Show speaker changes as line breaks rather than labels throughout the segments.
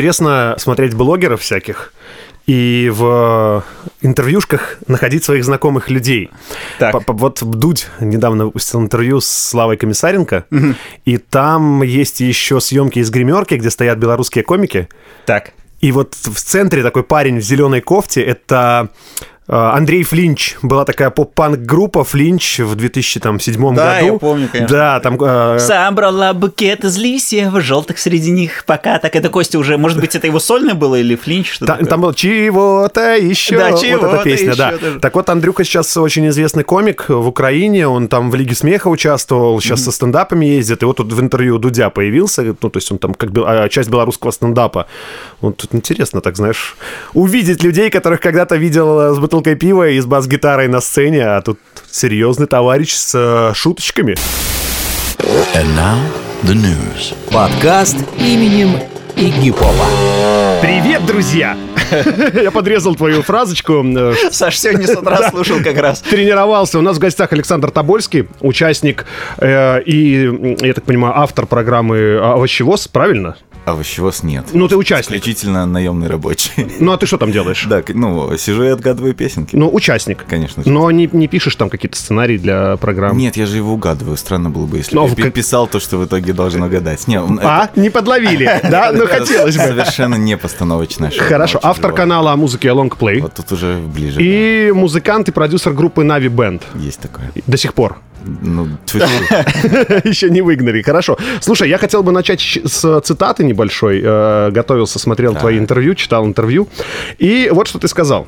Интересно смотреть блогеров всяких и в интервьюшках находить своих знакомых людей.
Так.
П- п- Вот Дудь недавно выпустил интервью с Славой Комиссаренко, и там есть еще съемки из гримерки, где стоят белорусские комики.
Так.
И вот в центре такой парень в зеленой кофте это э, Андрей Флинч. Была такая поп-панк-группа Флинч в 2007
Да,
году.
я помню, конечно.
Да, там... э,
Сам брала букет из листьев, желтых среди них пока. Так это Костя уже, может быть, это его сольное было или флинч? Что
Та-
такое?
там было чего-то еще.
Да,
вот эта
чего-то
песня,
еще
да.
даже.
Так вот, Андрюха сейчас очень известный комик в Украине. Он там в Лиге смеха участвовал, сейчас со стендапами ездит. И вот тут в интервью Дудя появился. Ну, то есть он там как бе- а, часть белорусского стендапа. Вот тут интересно, так знаешь, увидеть людей, которых когда-то видел э, с бутылкой пива и с бас-гитарой на сцене, а тут серьезный товарищ с э, шуточками.
And now the news.
Подкаст именем Игипова.
Привет, друзья! Я подрезал твою фразочку, э,
Саш сегодня с утра слушал как раз.
тренировался. У нас в гостях Александр Тобольский, участник э, и, м, я так понимаю, автор программы «Овощевоз», правильно?
Овощевоз А нет.
Ну, ты участник.
Исключительно наемный рабочий.
Ну, а ты что там делаешь?
Да, к- ну, сижу и отгадываю песенки.
Ну, участник.
Конечно же.
Но не, не пишешь там какие-то сценарии для программ?
Нет, я же его угадываю. Странно было бы, если
Ну,
бы
в-
я пи- писал то, что в итоге должен угадать. Не, он-
А? Не подловили, да?
это-
Ну,
это
хотелось бы.
Совершенно не постановочная шутка,
Хорошо.
очень
Автор
живая.
канала о музыке Long Play.
Вот тут уже ближе.
И музыкант и продюсер группы Navi Band.
да, Есть такое.
До сих пор.
Ну, тьфу -тьфу.
Еще не выгнали. Хорошо. Слушай, я хотел бы начать щ- с цитаты небольшой. Э, Готовился, смотрел твои интервью, читал интервью. И вот что ты сказал.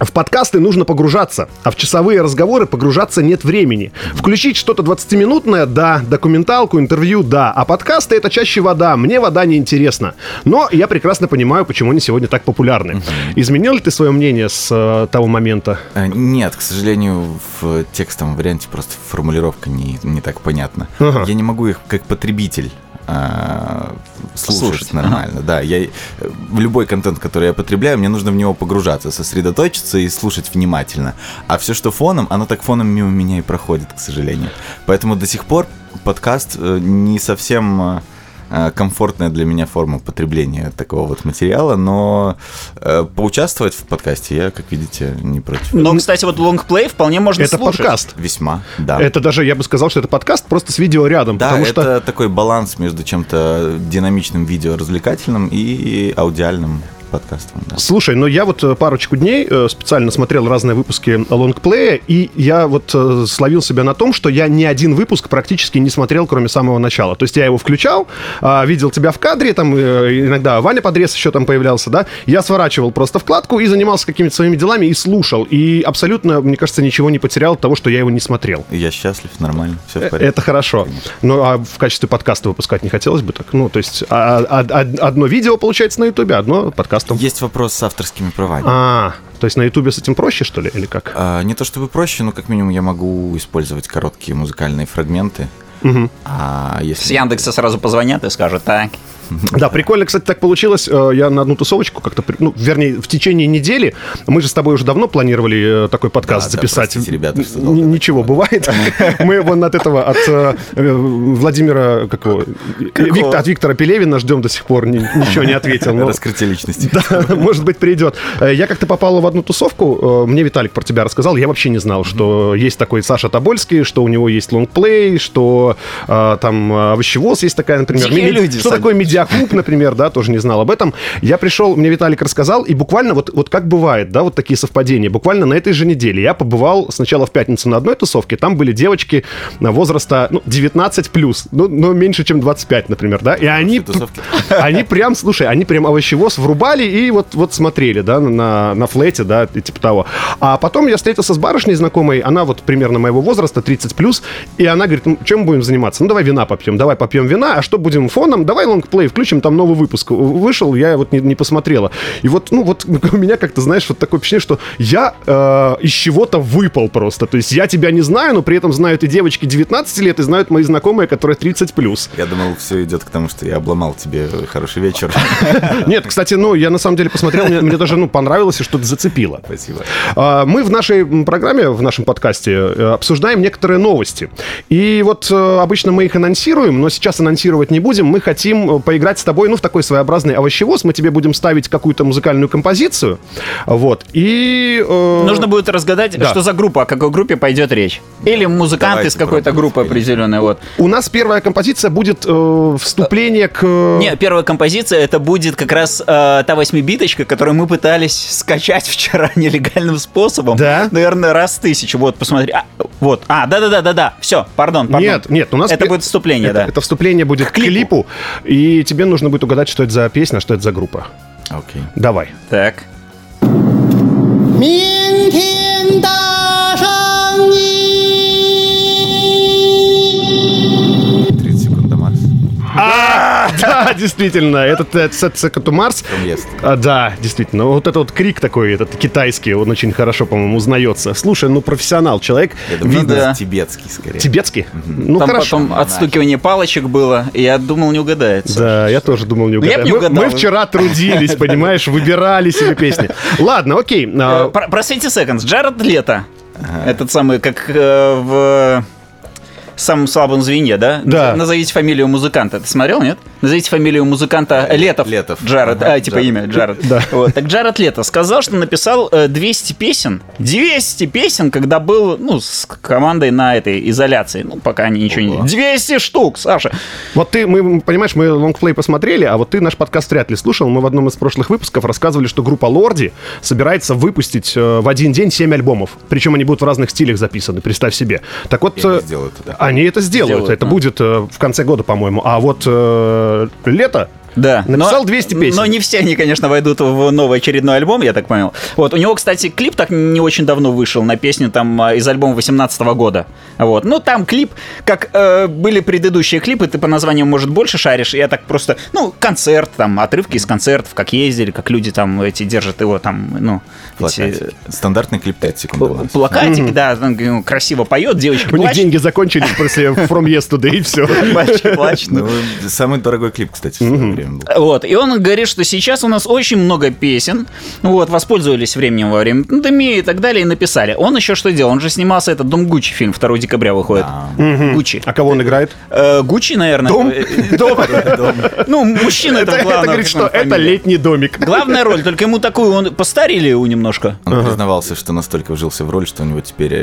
В подкасты нужно погружаться, а в часовые разговоры погружаться нет времени. Включить что-то 20-минутное, да, документалку, интервью, да, а подкасты это чаще вода, мне вода не интересна. Но я прекрасно понимаю, почему они сегодня так популярны. Изменил ли ты свое мнение с э, того момента?
Э, Нет, к сожалению, в текстовом варианте просто формулировка не, не так понятна.
Ага.
Я не могу их как потребитель а, слушать,
Слушать,
нормально. Да, я э, в любой контент, который я потребляю, мне нужно в него погружаться, сосредоточиться и слушать внимательно. А все, что фоном, оно так фоном мимо меня и проходит, к сожалению. Поэтому до сих пор подкаст э, не совсем э, э, комфортная для меня форма потребления такого вот материала, но э, поучаствовать в подкасте я, как видите, не против.
Но, кстати, вот лонгплей вполне можно
это
слушать.
подкаст.
Весьма, да.
Это даже, я бы сказал, что это подкаст просто с видео рядом.
да,
потому что...
это такой баланс между чем-то динамичным видео развлекательным и аудиальным подкастом. да.
Слушай, ну я вот э, парочку дней э, специально смотрел разные выпуски лонгплея, и я вот э, словил себя на том, что я ни один выпуск практически не смотрел, кроме самого начала. То есть я его включал, а, видел тебя в кадре, там э, иногда Ваня Подрез еще там появлялся, да, я сворачивал просто вкладку и занимался какими-то своими делами и слушал, и абсолютно, мне кажется, ничего не потерял от того, что я его не смотрел. Э,
Я счастлив, нормально, все в порядке.
Это хорошо. Ну, а в качестве подкаста выпускать не хотелось бы так? Ну, то есть а- а- а- одно видео получается на Ютубе, а одно подкастом.
Есть вопрос с авторскими правами.
А, то есть на Ютубе с этим проще, что ли, или как?
А, Не то чтобы проще, но как минимум я могу использовать короткие музыкальные фрагменты. А
С
если...
Яндекса сразу позвонят и скажут, так,
Да, прикольно, кстати, так получилось. Э, Я на одну тусовочку как-то, при- ну, вернее, в течение недели, мы же с тобой уже давно планировали э, такой подкаст
Да, да,
записать.
простите, ребята, что долго
Н- Ничего, бывает. Мы вон от этого, от э, э, Владимира, как его, Вик- от Виктора Пелевина ждем до сих пор, ни- ничего не ответил. но-
Раскрытие личности.
Да, может быть, придет. Э, Я как-то попал в одну тусовку. э, Мне Виталик про тебя рассказал. Я вообще не знал, что есть такой Саша Тобольский, что у него есть лонгплей, что э, там э, овощевоз есть такая, например.
Дикие
Ми-
люди,
Что
Саня.
такое медиаклуб, например, да, тоже не знал об этом. Я пришел, мне Виталик рассказал, и буквально вот, вот как бывает, да, вот такие совпадения. Буквально на этой же неделе я побывал сначала в пятницу на одной тусовке, там были девочки э, возраста ну, 19 плюс, ну, но меньше, чем 25, например, да, и они...
тусовки.
Они прям, слушай, они прям овощевоз врубали и вот, вот смотрели, да, на, на флете, да, и типа того. А потом я встретился с барышней знакомой, она вот примерно моего возраста, 30 плюс, и она говорит, ну, чем будем заниматься? Ну, давай вина попьем, давай попьем вина, а что будем фоном? Давай лонгплей включим, там новый выпуск вышел, я вот не, не посмотрела. И вот, ну, вот у меня как-то, знаешь, вот такое впечатление, что я э, из чего-то выпал просто. То есть я тебя не знаю, но при этом знают и девочки 19 лет, и знают мои знакомые, которые 30 плюс.
Я думал, все идет к тому, что я обломал тебе хороший вечер.
Нет, кстати, ну, я на самом деле посмотрел, мне, мне даже, ну, понравилось и что-то зацепило.
Спасибо.
А, Мы в нашей м, программе, в нашем подкасте э, обсуждаем некоторые новости. И вот э, обычно мы их анонсируем, но сейчас анонсировать не будем. Мы хотим э, поиграть поиграть с тобой, ну, в такой своеобразный овощевоз. Мы тебе будем ставить какую-то музыкальную композицию, вот, и... э,
Нужно будет разгадать,
Да.
что за группа, о какой группе пойдет речь. Или музыкант
Давайте
из какой-то
попробуем
группы
спеть.
определенной. Вот.
У нас первая композиция будет э, вступление к... э,
Не, первая композиция это будет как раз э, та восьмибиточка, которую мы пытались скачать вчера нелегальным способом.
Да?
Наверное, раз тысячу. Вот, посмотри. А, вот. А, да-да-да-да-да. Все, пардон, пардон.
Нет, нет, у нас...
Это
пе-
будет вступление,
это,
да.
это вступление будет к клипу.
клипу.
и тебе нужно будет угадать, что это за песня, а что это за группа.
Окей.
Давай.
Так.
明天的声音。
30 секунд до Марса.
Да, действительно, этот э, Ц- Цекату Марс.
Ест.
А, да, действительно, вот этот вот крик такой, этот китайский, он очень хорошо, по-моему, узнается. Слушай, ну профессионал человек.
Я думаю,
Видно.
надо тибетский скорее.
Тибетский? Ну
Там
хорошо.
потом отстукивание палочек было, и я думал, не угадается.
Да, я тоже думал, не
Ну, я
угадаю.
б не
Мы-
угадал.
Мы вчера трудились, понимаешь, выбирали себе песни. Ладно, окей.
Э,
а,
Про про 30 Seconds. Джаред Лето. Этот самый, как э, в самом слабом звене, да?
Да.
Наз- Назовите фамилию музыканта. Ты смотрел, нет? Назовите фамилию музыканта Летов.
Летов.
Джаред,
Ага,
а, типа
Джаред.
имя Джаред.
Да.
Вот. Так Джаред Лето сказал, что написал э, 200 песен. 200 песен, когда был, ну, с командой на этой изоляции. Ну, пока они ничего
Ого.
не... 200 штук, Саша.
Вот ты, мы, понимаешь, мы лонгплей посмотрели, а вот ты наш подкаст вряд ли слушал. Мы в одном из прошлых выпусков рассказывали, что группа Лорди собирается выпустить э, в один день 7 альбомов. Причем они будут в разных стилях записаны, представь себе. Так вот...
И они
э,
сделают это.
Они это сделают.
Сделают,
это
ну.
будет э, в конце года, по-моему. А вот э, лето...
Да.
Написал 200 песен.
Но не все они, конечно, войдут в новый очередной альбом, я так понял. Вот, у него, кстати, клип так не очень давно вышел на песню там а, из альбома 18 года. Вот. Ну, там клип, как э, были предыдущие клипы, ты по названию, может, больше шаришь. Я так просто, ну, концерт, там, отрывки из концертов, как ездили, как люди там эти держат его там, ну, эти...
Плакатики. Стандартный клип 5 секунд до Марса.
Плакатик, да, там, ну, красиво поет, девочка
У них
плачет,
деньги закончились после From Yesterday, и все.
мальчик плачет.
Ну, самый дорогой клип, кстати, в свое время был.
Вот, и он говорит, что сейчас у нас очень много песен, ну вот, воспользовались временем во время пандемии и так далее, и написали. Он еще что делал? Он же снимался, этот Дом Гуччи фильм 2 декабря выходит. Гуччи.
А кого он играет?
Э, Гуччи, наверное.
Дом?
Э, Дом. Ну, мужчина
Это
это
это говорит, что это летний домик.
Главная роль, только ему такую, он постарили его немножко.
Он признавался, что настолько вжился в роль, что у него теперь э,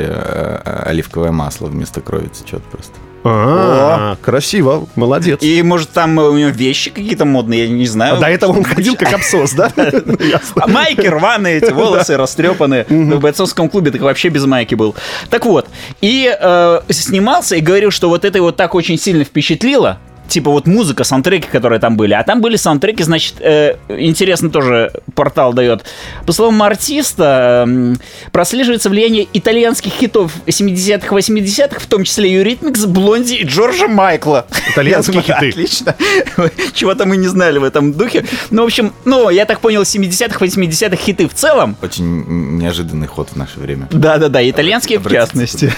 э, оливковое масло вместо крови течет просто.
А, красиво, молодец. А
И, может, там у него вещи какие-то модные, я не знаю.
До этого он ходил как абсос, да? Ясно.
А майки рваные, эти волосы растрепаны. В бойцовском клубе так вообще без майки был. Так вот, и э, снимался и говорил, что вот это его так очень сильно впечатлило. Типа вот музыка, саундтреки, которые там были. А там были саундтреки, значит, э, интересно тоже портал дает. По словам артиста, эм, прослеживается влияние итальянских хитов 70-х, 80-х, в том числе Юритмикс, Блонди и Джорджа Майкла.
Итальянские
Я думаю,
хиты.
Отлично. Чего-то мы не знали в этом духе. Ну, в общем, ну, я так понял, 70-х, 80-х хиты в целом.
Очень неожиданный ход в наше время.
Да-да-да, и итальянские в
Обратите
частности.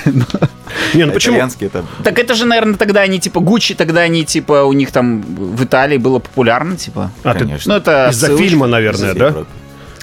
Не, ну почему?
Итальянский это...
Так это же, наверное, тогда они типа Гуччи, тогда они типа у них там в Италии было популярно, типа.
А, ты-
Конечно.
Ну это
Из-за
отсылочка.
фильма, наверное,
из
да?
Европы.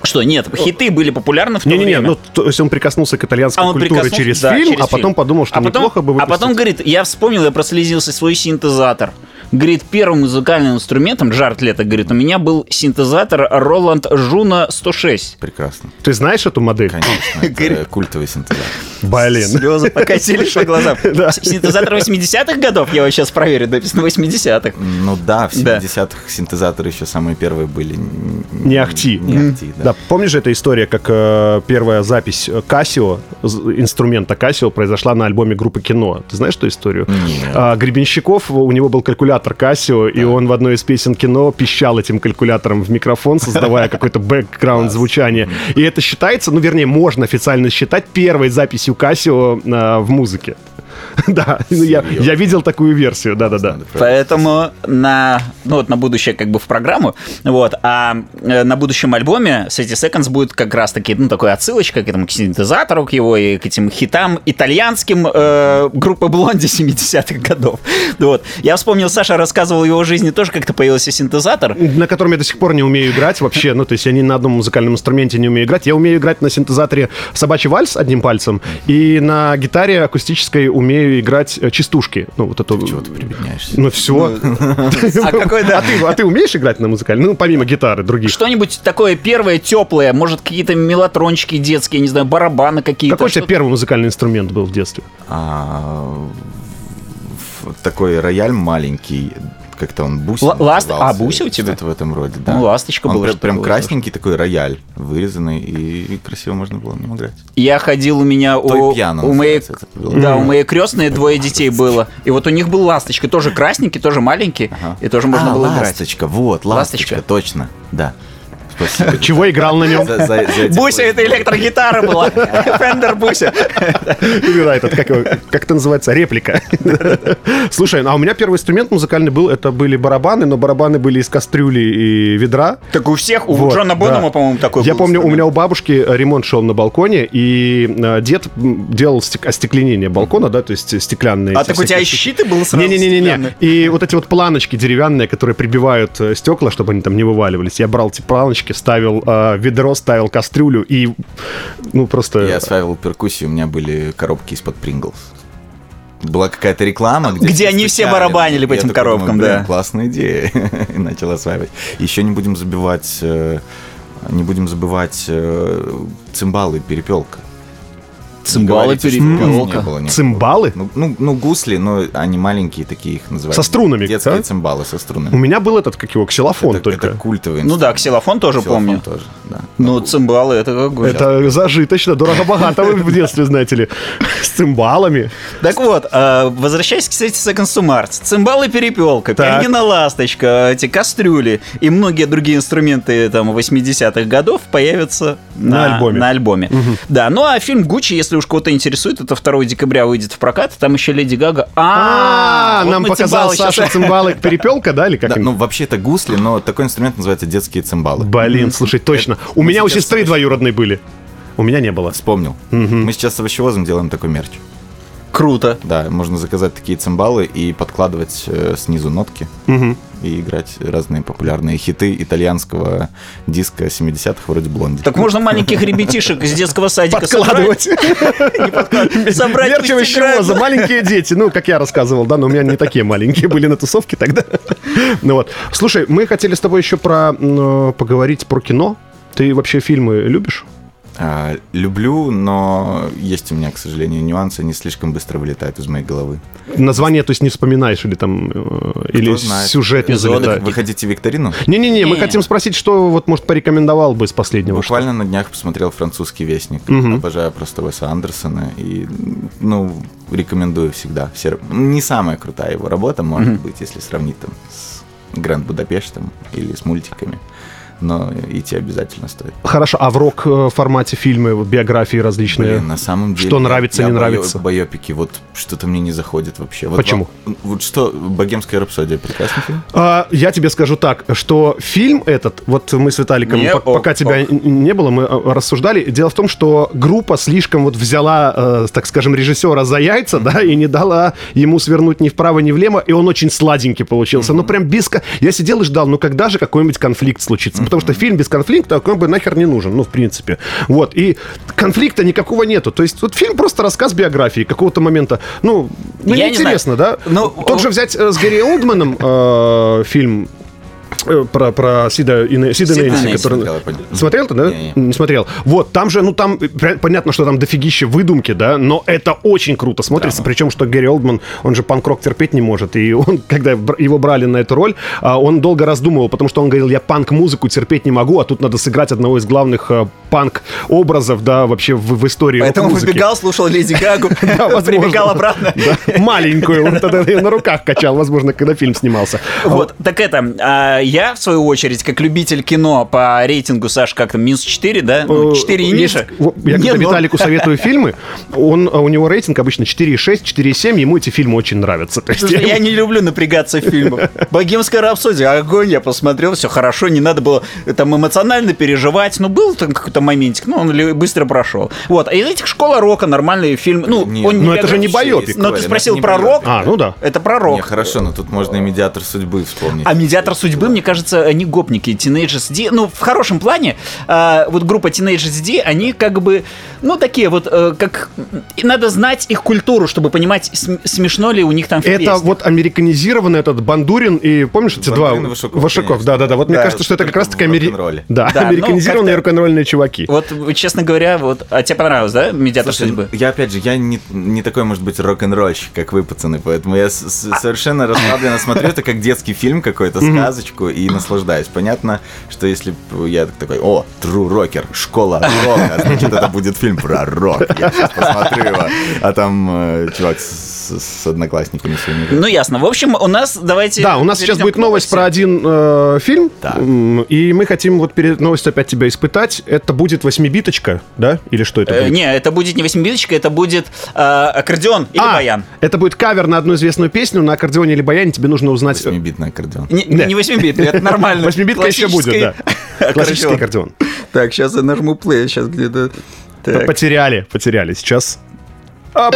Что, нет, хиты были популярны в то
Не-не-не,
время.
ну, то есть он прикоснулся к итальянской
А он
культуре
прикоснулся,
через
да,
фильм,
через
а потом
фильм.
подумал, что
А потом-
неплохо бы
А
выпустить.
потом, говорит, я вспомнил, я прослезился свой синтезатор. Говорит, первым музыкальным инструментом, Джаред Лето, говорит, у меня был синтезатор Роланд Жуна 106.
Прекрасно.
Ты знаешь эту модель?
Конечно, это культовый синтезатор.
Блин.
Слезы покатились по глазам.
Да.
Синтезатор 80-х годов, я его сейчас проверю, написано 80-х.
Ну да, в
Да.
70-х синтезаторы еще самые первые были. н- н-
Не ахти.
Не ахти, да.
Да, помнишь эта история, как э, первая запись э, Casio, з- инструмента Casio, произошла на альбоме группы Кино. Ты знаешь эту историю? А, Гребенщиков, у него был калькулятор Casio, и он в одной из песен Кино пищал этим калькулятором в микрофон, создавая какой-то бэкграунд звучания. И это считается, ну, вернее, можно официально считать первой записью Casio э, в музыке. Да, ну, я, я видел такую версию, да-да-да.
Надо проверить.
Поэтому на, ну вот на будущее как бы в программу, вот, а э, на будущем альбоме City Seconds будет как раз таки, ну, такой отсылочка к этому к синтезатору, к его и к этим хитам итальянским э, группы Блонди 70-х годов. Вот. Я вспомнил, Саша рассказывал в его жизни тоже как-то появился синтезатор.
на котором я до сих пор не умею играть вообще. Ну, то есть я ни на одном музыкальном инструменте не умею играть. Я умею играть на синтезаторе собачий вальс одним пальцем и на гитаре акустической умею умею играть э, частушки. Ну, вот это...
Чего ты прибедняешься?
Ну, все.
А какой, да?
А ты- а ты умеешь играть на музыкальной? Ну, помимо гитары других.
Что-нибудь такое первое, теплое, может, какие-то мелатрончики детские, не знаю, барабаны какие-то.
Какой у тебя
что-
первый музыкальный инструмент был в детстве?
А, в- такой рояль маленький, как-то он бусин
Л- ласт-
назывался,
а, буся у тебя?
Что-то в этом роде, да.
Ну, ласточка
Он
была,
прям-
что-то
Прям
было
красненький такой рояль, вырезанный, и красиво можно было на нем играть.
Я ходил, у меня у,
Той пьяно
у моей...
называется это было.
Да, у моей крестной двое детей было. И вот у них был ласточка, тоже красненький, тоже маленький,
Ага.
и тоже можно
А,
было играть.
ласточка, вот, ласточка,
Ласточка.
точно, да. Спасибо.
Чего играл на нем?
За- за- за эти
Буся,
плохие-
это электрогитара была. Фендер Буся.
Ну, Да, этот, как, его- как это называется, реплика. Слушай, а у меня первый инструмент музыкальный был, это были барабаны, но барабаны были из кастрюли и ведра.
Так у всех, у
Вот,
Джона Бонема,
да.
по-моему, такой
Я
был
помню, у
инструмент.
меня у бабушки э, ремонт шел на балконе, и э, дед м, делал стек- остекленение балкона, да, то есть стеклянные.
А
эти
так у тебя
всякие
и
штуки.
щиты был сразу?
Не-не-не-не.
стеклянные?
И вот эти вот планочки деревянные, которые прибивают э, стекла, чтобы они там не вываливались. Я брал эти планочки, ставил э, ведро, ставил кастрюлю и, ну, просто...
Э.
Я осваивал перкуссию, у меня были коробки из-под Принглс. Была какая-то реклама, где,
Где они все
стучали.
барабанили по
Я
этим
такой думаю,
коробкам,
«Блин,
да.
Классная идея. И начал осваивать. Еще не будем забивать, э, не будем забывать э, цимбалы перепелка.
Цимбалы перепелка.
Цимбалы?
Ну, ну, ну, гусли, но они маленькие такие их называют.
Со струнами,
Детские
да?
цимбалы со
У
струнами.
меня был этот, как его, ксилофон
это,
только.
это культовый
Ну да,
инструмент.
ксилофон тоже
Ксилофон
помню.
тоже, да.
Ну, цимбалы, это как бы-
Это зажиточно, дорого-богато вы в детстве, знаете ли. С цимбалами.
Так вот, э, возвращаясь, кстати, к Second to Mars. Цимбалы перепелка,
Так.
пианино ласточка, эти кастрюли и многие другие инструменты там 80-х годов появятся
На
на,
альбоме.
на альбоме. Да, ну а фильм Гуччи, если уж кого-то интересует, это 2 декабря выйдет в прокат, там еще Леди Гага. А,
А,
вот
нам
мы
показал
цимбалы щас-
Саша цимбалы перепелка, да, или как?
Да,
им?
ну, вообще это гусли, но такой инструмент называется детские цимбалы.
Блин, слушай, точно. У меня у сестры двоюродные были. У меня не было.
Вспомнил. Мы сейчас с овощевозом делаем такой мерч.
Круто.
Да, можно заказать такие цимбалы и подкладывать э, снизу нотки
Мгм.
и играть разные популярные хиты итальянского диска 70-х, вроде блонди.
Так можно маленьких ребятишек из детского садика
Подкладывать.
собрать, не подкладывать, собрать, пусть
Мерч овощевоза,
играют.
маленькие дети. Ну, как я рассказывал, да, но у меня не такие маленькие были на тусовке тогда. Ну вот. Слушай, мы хотели с тобой еще про м, э, поговорить про кино. Ты вообще фильмы любишь?
А, люблю, но есть у меня, к сожалению, нюансы, они слишком быстро вылетают из моей головы.
Название, то есть, не вспоминаешь, или там э, или
знает.
сюжет не
Эпизоды
залетает.
Вы хотите викторину?
Не-не-не, мы
Не.
хотим спросить, что вот, может, порекомендовал бы из последнего. что-
Буквально на днях посмотрел французский вестник. Обожаю просто Уэса Андерсона и, ну, рекомендую всегда. Все... ра- Не самая крутая его работа, может быть, если сравнить там с Гранд Будапештом или с мультиками. Но идти обязательно стоит.
Хорошо, а в рок-формате фильмы, вот, биографии различные?
Блин, на самом деле...
Что нравится,
я
не
бою-
нравится?
Байопики, вот что-то мне не заходит вообще. Вот
Почему?
вам- вот что, «Богемская рапсодия» прекрасный фильм?
А, я тебе скажу так, что фильм этот, вот мы с Виталиком,
Не
пок-
ок,
пока тебя
ок.
н- не было, мы а, рассуждали. Дело в том, что группа слишком вот взяла, э, так скажем, режиссера за яйца, да, и не дала ему свернуть ни вправо, ни влево, и он очень сладенький получился. Ну, прям без... ко- Я сидел и ждал, ну, когда же какой-нибудь конфликт случится? Потому что фильм без конфликта, он бы нахер не нужен, ну, в принципе. Вот, и конфликта никакого нету. То есть, вот фильм просто рассказ биографии какого-то момента. Ну, ну
Я не
неинтересно,
знаю.
да?
Ну,
Тот же взять э, с Гэри Олдманом э, фильм э, про, про Сида, и Нэ- Сида
Сида
Нэнси,
Нэнси
который...
смотрел, я понял.
Смотрел ты, да?
Не-не.
Не смотрел. Вот, там же, ну там, э, пря- понятно, что там дофигища выдумки, да, но это очень круто смотрится,
ну.
причем, что Гэри Олдман, он же панк-рок терпеть не может, и он, когда бр- его брали на эту роль, а, он долго раздумывал, потому что он говорил, я панк-музыку терпеть не могу, а тут надо сыграть одного из главных э, панк-образов, да, вообще в, в истории
Поэтому
рок-музыки.
выбегал, слушал Леди Гагу,
Да, возможно.
прибегал обратно.
Да, Маленькую. Он тогда ее на руках качал, возможно, когда фильм снимался.
Вот, так это, а, я, в свою очередь, как любитель кино по рейтингу, Саш, как там, минус 4, да? Ну, 4 и
Есть-
ниже.
вот Э, Я
Не,
когда
ну,
Виталику советую фильмы, он, э, у него рейтинг обычно 4,6, 4,7, ему эти фильмы очень нравятся. То есть
потому что
я-
Я не люблю напрягаться в фильмах. Богемская рапсодия, огонь, я посмотрел, все хорошо, не надо было э, там эмоционально переживать. Ну, был там какой-то какой-то моментик, ну, он ли- быстро прошел. Вот, а из этих «Школа рока» нормальный фильм, ну,
Нет,
он
ну, это же не байопик.
Но ты спросил
Это не
про
байопик.
рок,
А, ну да.
это про
Не,
рок.
хорошо, но тут можно и медиатор судьбы вспомнить.
А «Медиатор судьбы», мне кажется, они гопники, Teenagers D. Ну, в хорошем плане, а, вот группа Teenagers D, они как бы, ну, такие вот, э, как... и Надо знать их культуру, чтобы понимать, см- смешно ли у них там в
Это
песнях.
вот американизированный этот Бандурин и помнишь эти
Бандурин
два
и Вашаков, конечно.
да, да, да. Вот мне
Да,
кажется, что это как раз таки
только в рок-н-ролле.
Да,
Да, ну,
американизированные
как-то-
рок-н-ролльные чуваки.
Вот, честно говоря, вот, а тебе понравилось, да, «Медиатор
Слушай,
судьбы»?
ну,
я опять же, я не, не такой, может быть, рок-н-ролльщик, как вы, пацаны, поэтому я с-
А.
с- совершенно расслабленно смотрю это как детский фильм какой-то, сказочку, и наслаждаюсь. Понятно, что если б я такой, о, True Rocker, школа рока, значит, это будет фильм про рок. Я сейчас посмотрю его. А там э, чувак с, с- с одноклассниками своими.
Ну, ясно. В общем, у нас, давайте...
Да, у нас сейчас
перейдем
будет
к
новость
новости.
про один э, фильм,
Так.
М, и мы хотим вот перед новостью опять тебя испытать. Это будет восьмибиточка, да? Или что это
Э,
будет?
не, это будет не восьмибиточка, это будет э, аккордеон или
А,
баян.
это будет кавер на одну известную песню на аккордеоне или баяне. Тебе нужно узнать... э,
Восьмибитный аккордеон.
Не,
Не.
не восьмибитный, это нормально.
Восьмибитка еще будет, да. Классический
Классический. аккордеон.
аккордеон.
Так, сейчас я нажму плей, сейчас где-то... Так.
Потеряли, потеряли. Сейчас... Оп.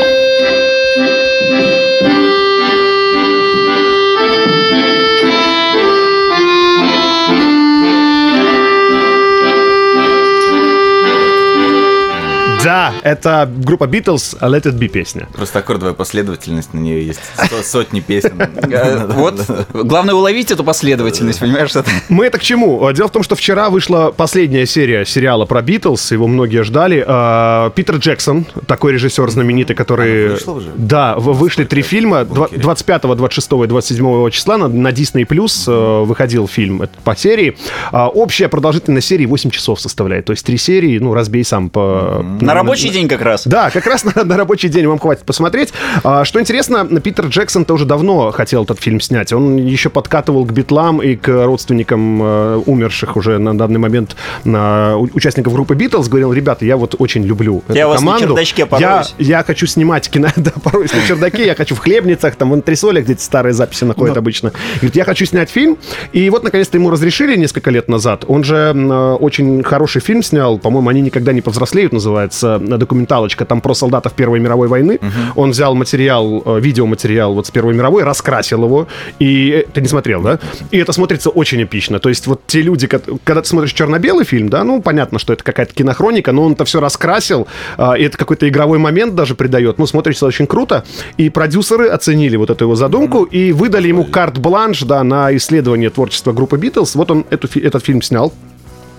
Да, это группа Beatles а Let It Be песня.
Просто аккордовая последовательность, на нее есть со- сотни песен.
Э, Вот, главное уловить эту последовательность, понимаешь, что
Мы это к чему? Э, Дело в том, что вчера вышла последняя серия сериала про Битлз, его многие ждали. Э, Питер Джексон, такой режиссер знаменитый, который...
Она вышла уже?
Да, в- вышли три фильма. Два- 25, 26 и 27 числа на, на Disney+, Plus э, выходил фильм этот по серии. А, Общая продолжительность серии 8 часов составляет. То есть три серии, ну, разбей сам по... ну.
На рабочий день как раз.
Да, как раз на, на рабочий день вам хватит посмотреть. А, что интересно, Питер Джексон тоже давно хотел этот фильм снять. Он еще подкатывал к битлам и к родственникам э, умерших уже на данный момент на у- участников группы Битлз. Говорил, ребята, я вот очень люблю
Я
эту
у вас на
команду.
чердачке
я,
пороюсь».
я хочу снимать кино, да, пороюсь на чердаке, я хочу в хлебницах, там в антресолях, где эти старые записи находят обычно. Говорит, я хочу снять фильм. И вот, наконец-то, ему разрешили несколько лет назад. Он же м, э, очень хороший фильм снял, по-моему, «Они никогда не повзрослеют» называется, э, документалочка, там про солдатов Первой мировой войны. Он взял материал, э, видеоматериал вот с Первой мировой, раскрасил его, и э, ты не смотрел, да? И это смотрится очень эпично. То есть вот те люди, кот- когда ты смотришь черно-белый фильм, да, ну понятно, что это какая-то кинохроника, но он это все раскрасил, а, и это какой-то игровой момент даже придает. Ну, смотрится очень круто. И продюсеры оценили вот эту его задумку и выдали ему карт-бланш, да, на исследование творчества группы Битлз. Вот он эту, фи- этот фильм снял.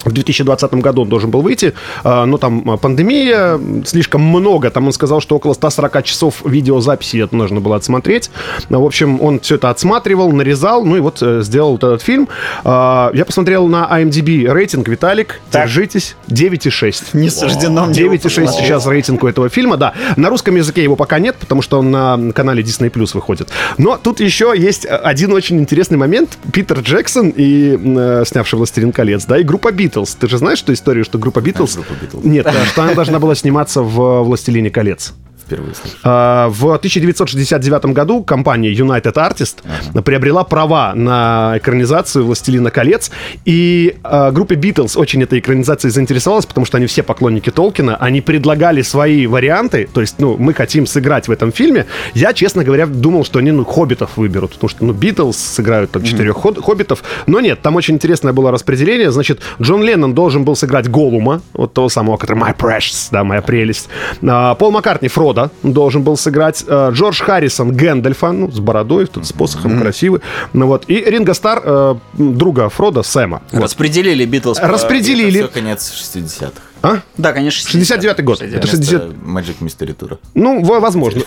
В 2020 году он должен был выйти, а, но там а, пандемия, м, слишком много. Там он сказал, что около 140 часов видеозаписи это нужно было отсмотреть. Ну, В общем, он все это отсматривал, нарезал, ну и вот э, сделал вот этот фильм. А, Я посмотрел на IMDb рейтинг, Виталик, держитесь, 9,6.
Не суждено
9,6 сейчас рейтинг у этого фильма, да. На русском языке его пока нет, потому что он на канале Disney Plus выходит. Но тут еще есть э, один очень интересный момент. Питер Джексон и э, снявший «Властелин колец», да, и группа «Битлз». Ты же знаешь эту историю, что группа «Битлз»...
А, группа «Битлз»?
Нет, э, что она должна была сниматься в «Властелине колец».
Впервые слышу.
А, В 1969 году компания United Artist приобрела права на экранизацию «Властелина колец», и а, группе Beatles очень этой экранизацией заинтересовалась, потому что они все поклонники Толкина, они предлагали свои варианты, то есть, ну, мы хотим сыграть в этом фильме. Я, честно говоря, думал, что они, ну, «Хоббитов» выберут, потому что, ну, Beatles сыграют там четырех ход- «Хоббитов», но нет, там очень интересное было распределение, значит, Джон Леннон должен был сыграть Голума, вот того самого, который «My Precious», да, «Моя прелесть», А, Пол Маккартни Фрода должен был сыграть. э, Джордж Харрисон Гэндальфа, ну, с бородой, тут, с посохом, красивый. Ну вот. И Ринго Стар, э, м, друга Фрода, Сэма. Вот.
Распределили Битлз. по-
Распределили.
Это всё конец 60-х.
А?
Да, конечно.
69-й год. Это 60...
Это Magic Mystery Tour.
Ну, во- возможно.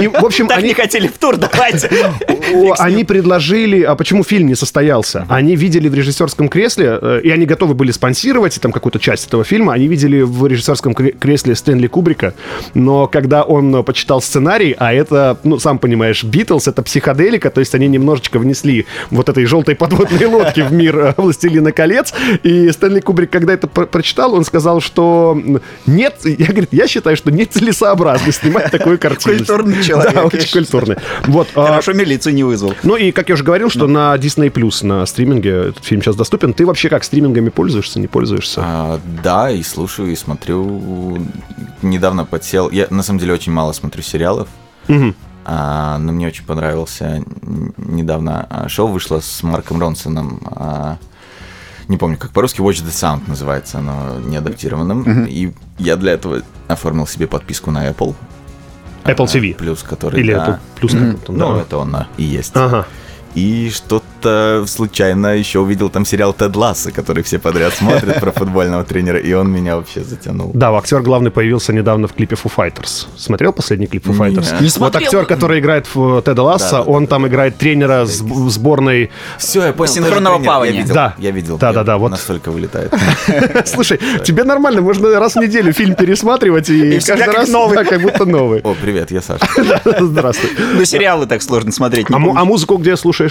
И, в общем,
Так
они...
не хотели в тур, давайте.
О, они предложили, а почему фильм не состоялся? Они видели в режиссерском кресле, э, и они готовы были спонсировать и там какую-то часть этого фильма, они видели в режиссерском кре- кресле Стэнли Кубрика, но когда он э, почитал сценарий, а это, ну, сам понимаешь, Битлз, это психоделика, то есть они немножечко внесли вот этой желтой подводной лодки в мир э, «Властелина колец», и Стэнли Кубрик, когда это про- прочитал, он сказал, сказал, что нет, я, говорит, я считаю, что нецелесообразно снимать такую картину.
Культурный человек,
Да,
я
очень
считаю.
культурный. Вот. а,
Хорошо, милицию не вызвал.
Ну и, как я уже говорил, что на Disney Plus на стриминге этот фильм сейчас доступен. Ты вообще как, стримингами пользуешься, не пользуешься?
А, да, и слушаю, и смотрю. Недавно подсел. Я на самом деле очень мало смотрю сериалов.
Мгм.
А, но мне очень понравился н- недавно а, шоу вышло с Марком Ронсоном. а, не помню, как по-русски Watch the Sound называется, но не адаптированным. И я для этого оформил себе подписку на Apple.
Apple
а,
TV.
Плюс, который...
Или
да.
Apple Plus как он там,
Ну,
да.
это он а, и есть.
Ага.
И что-то случайно еще увидел там сериал Тед Ласса, который все подряд смотрят про футбольного тренера, и он меня вообще затянул.
Да, актер главный появился недавно в клипе Foo Fighters. Смотрел последний клип Foo Fighters?
Не
Вот
смотрел.
актер, который играет в э, Теда Ласса,
Да, да,
он там играет тренера с- в сборной.
Все, я понял.
Синхронного
даже пример.
плавания.
Я видел,
Да.
Я видел.
Да, да,
Я
да, вот.
Настолько вылетает.
Слушай, тебе нормально, можно раз в неделю фильм пересматривать и,
И всегда
каждый
как
раз
новый.
да, как будто новый.
О, привет, я Саша.
Здравствуй.
Но Ну, сериалы так сложно смотреть. Ну, не
А, му-
помню.
а музыку где слушаешь?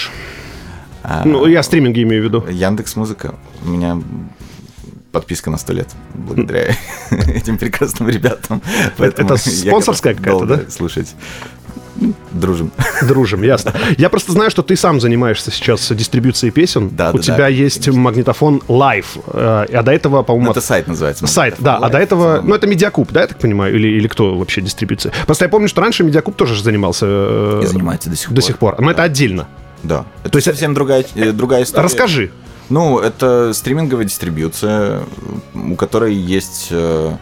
А,
Ну, я стриминги имею в виду.
Яндекс Музыка. У меня подписка на сто лет благодаря этим прекрасным ребятам. Поэтому
это
я
спонсорская
готов
какая-то,
долго
да?
Слушать. Дружим.
Дружим, ясно. Я просто знаю, что ты сам занимаешься сейчас дистрибуцией песен.
Да,
У
да, да,
тебя есть магнитофон Live. э, А до этого, по-моему,
Ну, Это сайт называется.
сайт, да. А до этого, ну, это медиакуб, да, я так понимаю, или, или кто вообще дистрибьюция? Просто я помню, что раньше медиакуб тоже же занимался. э,
И занимается до сих
До
пор.
сих пор. Но это отдельно.
Да. Это
То есть-
совсем другая, э, другая история.
Расскажи.
Ну, это стриминговая дистрибьюция, у которой есть э,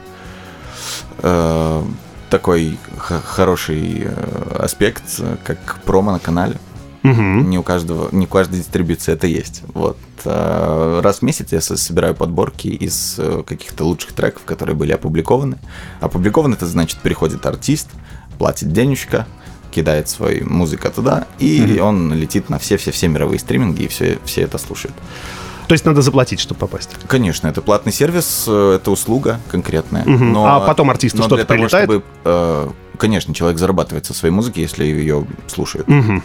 э, такой х- хороший э, аспект, э, как промо на канале.
Мгм.
Не у каждого, не у каждой дистрибьюции это есть. Вот Э, раз в месяц я со- собираю подборки из э, каких-то лучших треков, которые были опубликованы. Опубликован это значит приходит артист, платит денежка, кидает свою музыку туда, и он летит на все-все-все мировые стриминги и все, все это слушают.
То есть надо заплатить, чтобы попасть.
Конечно, это платный сервис, э, это услуга конкретная.
Мгм. А потом артисту
но
что-то
для того,
прилетает?
чтобы, э, конечно, человек зарабатывает со своей музыки, если ее слушает.
Мгм.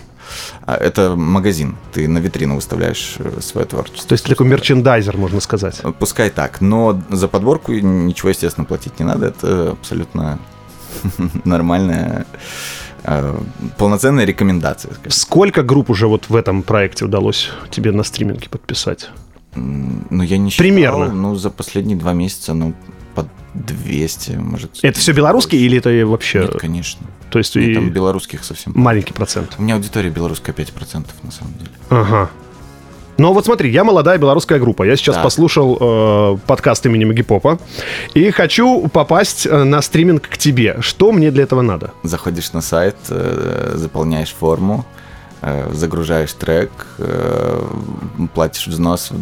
А Это магазин, ты на витрину выставляешь э, свое творчество. Э,
То есть ты такой мерчендайзер, можно сказать.
Пускай так, но за подборку ничего, естественно, платить не надо. Это абсолютно нормальная, э, полноценная рекомендация. скажем.
Сколько групп уже вот в этом проекте удалось тебе на стриминге подписать?
М, Ну, я не считал,
Примерно.
Ну, за последние два месяца, ну, под 200, может.
Это все белорусские или это вообще...
Нет, конечно.
То есть
И
и
там белорусских совсем.
маленький процент.
У меня аудитория белорусская 5% на самом деле.
Ага. Ну вот смотри, я молодая белорусская группа. Я сейчас
Так.
послушал э, подкаст имени Магипопа и хочу попасть э, на стриминг к тебе. Что мне для этого надо?
Заходишь на сайт, э, заполняешь форму, э, загружаешь трек, э, платишь взнос в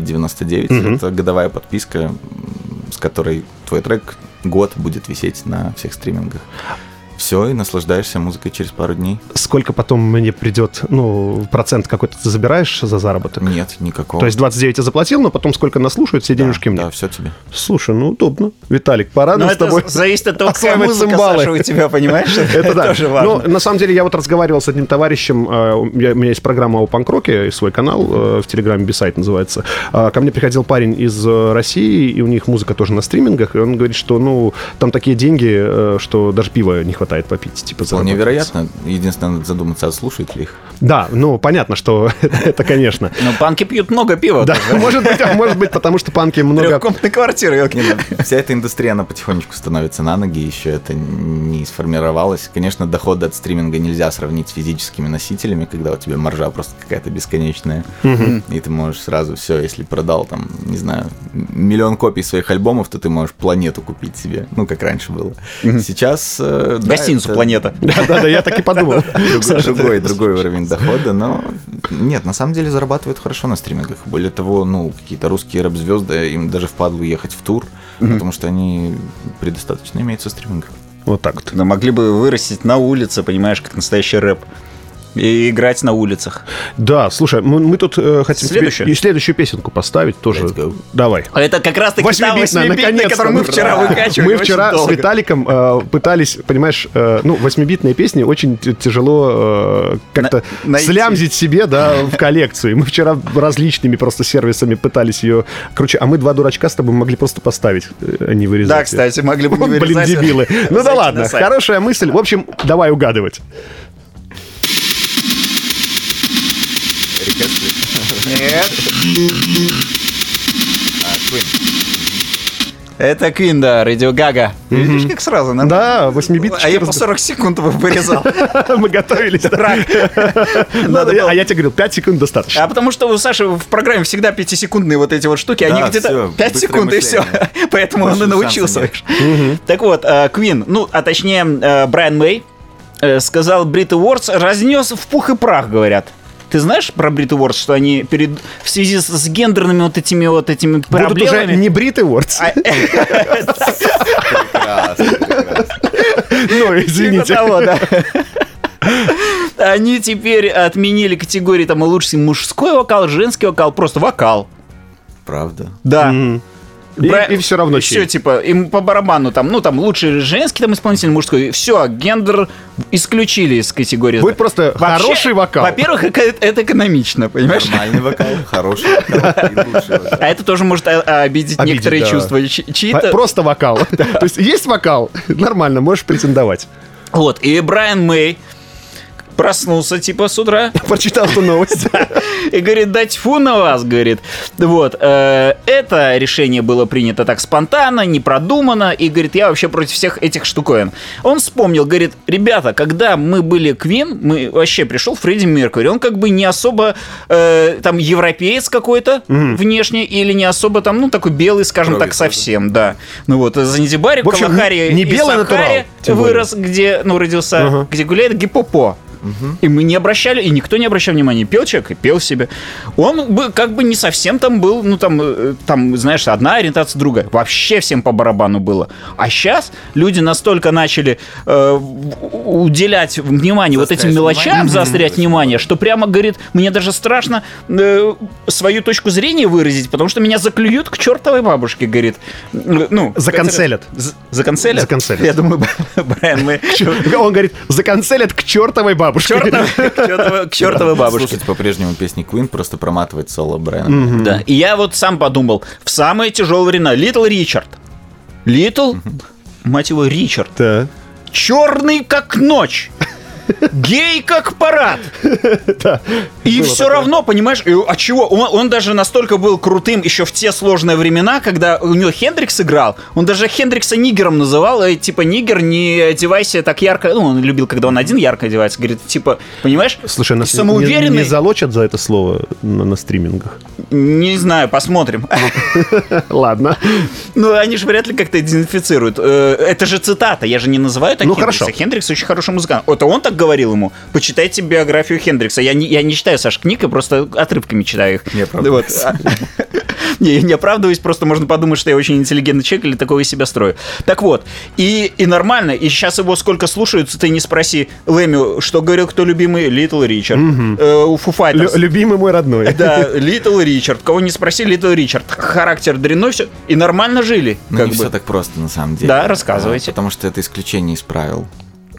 29,99. Это годовая подписка, м, с которой твой трек год будет висеть на всех стримингах. Все, и наслаждаешься музыкой через пару дней.
Сколько потом мне придет, ну, процент какой-то ты забираешь за заработок?
Нет, никакого.
То есть 29 я заплатил, но потом сколько нас слушают, все денежки мне.
Ну. Да, все тебе.
Слушай, ну удобно. Виталик, пора
Но
нам а с
ну, это
тобой.
з- зависит от того, какая
осваивать
музыка,
цимбалы.
Саша, у тебя, понимаешь?
Это да.
тоже важно.
Ну, на самом деле, я вот разговаривал с одним товарищем. э, У меня, у меня есть программа о панк-роке, и свой канал э, в Телеграме Бисайт называется. Э, Ко мне приходил парень из э, России, и у них музыка тоже на стримингах, и он говорит, что, ну, там такие деньги, э, что даже пива не хватает попить. Типа,
Вполне
заработать.
вероятно. Единственное, надо задуматься, а слушают ли их.
Да, ну, понятно, что это, конечно.
Ну, панки пьют много пива.
Да, может быть, а может быть, потому что панки много...
Трехкомнатная квартира, ёлки.
Не, ну, вся эта индустрия, она потихонечку становится на ноги, еще это не сформировалось. Конечно, доходы от стриминга нельзя сравнить с физическими носителями, когда у тебя маржа просто какая-то бесконечная. И ты можешь сразу все, если продал там, не знаю, м- миллион копий своих альбомов, то ты можешь планету купить себе. Ну, как раньше было. Сейчас... э, да,
Гостиницу
это
«Планета».
Да-да, я так и подумал.
Другой, другой, другой уровень дохода, но нет, на самом деле зарабатывают хорошо на стримингах. Более того, ну, какие-то русские рэп-звезды, им даже впадло ехать в тур, потому что они предостаточно имеются стримингов.
Вот так вот.
Ну, могли бы вырастить на улице, понимаешь, как настоящий рэп. и играть на улицах.
Да, слушай, мы, мы тут э, хотим тебе
Следующую?
и следующую песенку поставить тоже.
Let's go.
Давай.
А Это как раз таки та
Восьмибитная,
восьмибитная,
наконец-то.
которую мы вчера
Да.
выкачивали.
Мы
очень
вчера с
долго.
Виталиком э, пытались, понимаешь, э, ну, восьмибитные песни очень т- тяжело э, как-то
На- найти.
слямзить себе, да, в коллекцию. Мы вчера различными просто сервисами пытались ее... Короче, а мы два дурачка с тобой могли просто поставить, э, а не вырезать.
Да,
её.
кстати, могли бы не
Блин,
вырезать.
дебилы. Ну да
Зайти
ладно,
на сайт.
хорошая мысль. В общем, давай угадывать.
Нет. А, Это Квин, да, Радио Гага. Видишь, как сразу, нормально.
Да, восьмибиточки.
А я по
просто-
40 секунд вы- вырезал.
Мы готовились. да. Надо- А я тебе говорил, 5 секунд достаточно.
А потому что у Саши в программе всегда пятисекундные вот эти вот штуки,
Да,
они где-то
всё,
5
быстрое
секунд и все.
мышление.
Поэтому он и
Больше
научился.
шансов
Так вот, Квин, ну, а точнее, э, Брайан Мэй э, сказал Брит Уордс, разнес в пух и прах, говорят. Ты знаешь про Брит Уордс, что они перед в связи с, с гендерными вот этими вот этими
Будут уже
проблемами? А э,
не бритый Уордс. Ну,
Типа
извините.
того, да. Они теперь отменили категории там лучший мужской вокал, женский вокал, просто вокал.
Правда.
Да.
И- и всё равно
Все,
чей.
типа, им по барабану там, ну там лучший женский там исполнитель, мужской. Все, гендер исключили из категории.
Будет просто
Вообще,
хороший вокал.
Во-первых, эко- это экономично, понимаешь?
Нормальный вокал, хороший вокал и лучший вокал.
А это тоже может а, а, обидеть,
Обидеть,
некоторые
да.
чувства. Чи-
По-
Чьи-то
Просто вокал. То есть есть вокал, нормально, можешь претендовать.
Вот, и Брайан Мэй проснулся, типа, с утра
Прочитал эту новость.
и говорит, дать фу на вас, говорит. Вот, э, это решение было принято так спонтанно, не продумано, и, говорит, я вообще против всех этих штуковин. Он вспомнил, говорит, ребята, когда мы были Квин, мы вообще пришел Фредди Меркьюри, он как бы не особо, э, там, европеец какой-то внешне, или не особо там, ну, такой белый, скажем
Крови
так,
тоже.
совсем, да. Ну вот, Занзибаре,
В общем,
Калахари
не
и
белый натурал,
Сахаре
тем более.
вырос, где, ну, родился, где гуляет гипопо. И мы не обращали, и никто не обращал внимания. Пел человек и пел себе. Он бы как бы не совсем там был, ну там, э, там, знаешь, одна ориентация другая. Вообще всем по барабану было. А сейчас люди настолько начали э, в- уделять внимание вот этим
Заострять
мелочам,
внимание.
заострять внимание, что прямо говорит, мне даже страшно э, свою точку зрения выразить, потому что меня заклюют к чертовой бабушке, говорит. Ну,
Законцелят.
з- Законцелят?
Законцелят.
Я думаю, Брайан, мы...
Он говорит, законцелят к чертовой бабушке.
К чертовой бабушке.
Слушать по-прежнему песни Queen, просто проматывать соло Брайана.
Да. И я вот сам подумал, в самое тяжелое время Литл Ричард. Литл, мать его, Ричард.
Да.
Черный как ночь. Гей как парад. И все равно, понимаешь, и- а чего? Он, он даже настолько был крутым еще в те сложные времена, когда у него Хендрикс играл. Он даже Хендрикса нигером называл, э, типа нигер не одевайся так ярко. Ну, он любил, когда он один ярко одевается. Говорит, типа, понимаешь?
Слушай, нас не- не,
самоуверенный.
не залочат за это слово на, на стримингах.
Не знаю, посмотрим.
Ладно.
Ну, они же вряд ли как-то дезинфицируют. Э, Это же цитата, я же не называю так
Ну,
Хендрикса.
хорошо.
Хендрикс очень хороший музыкант. Это он так говорил ему. Почитайте биографию Хендрикса. Я не, я не читаю, Саш, книг, я просто отрывками читаю их.
Не оправдывайся.
Да вот. А, Не, я не оправдываюсь, просто можно подумать, что я очень интеллигентный человек или такого из себя строю. Так вот, и, и нормально, и сейчас его сколько слушаются, ты не спроси Лэмю, что говорил кто любимый Литл Ричард. Э, У Фу
Лю-
Файтерс.
любимый мой родной.
Да, Литл Ричард. Кого не спроси, Литл Ричард. Характер дрянной, все. И нормально жили.
Ну,
как
не
бы.
все так просто, на самом деле.
Да, рассказывайте.
А, Потому что это исключение из правил.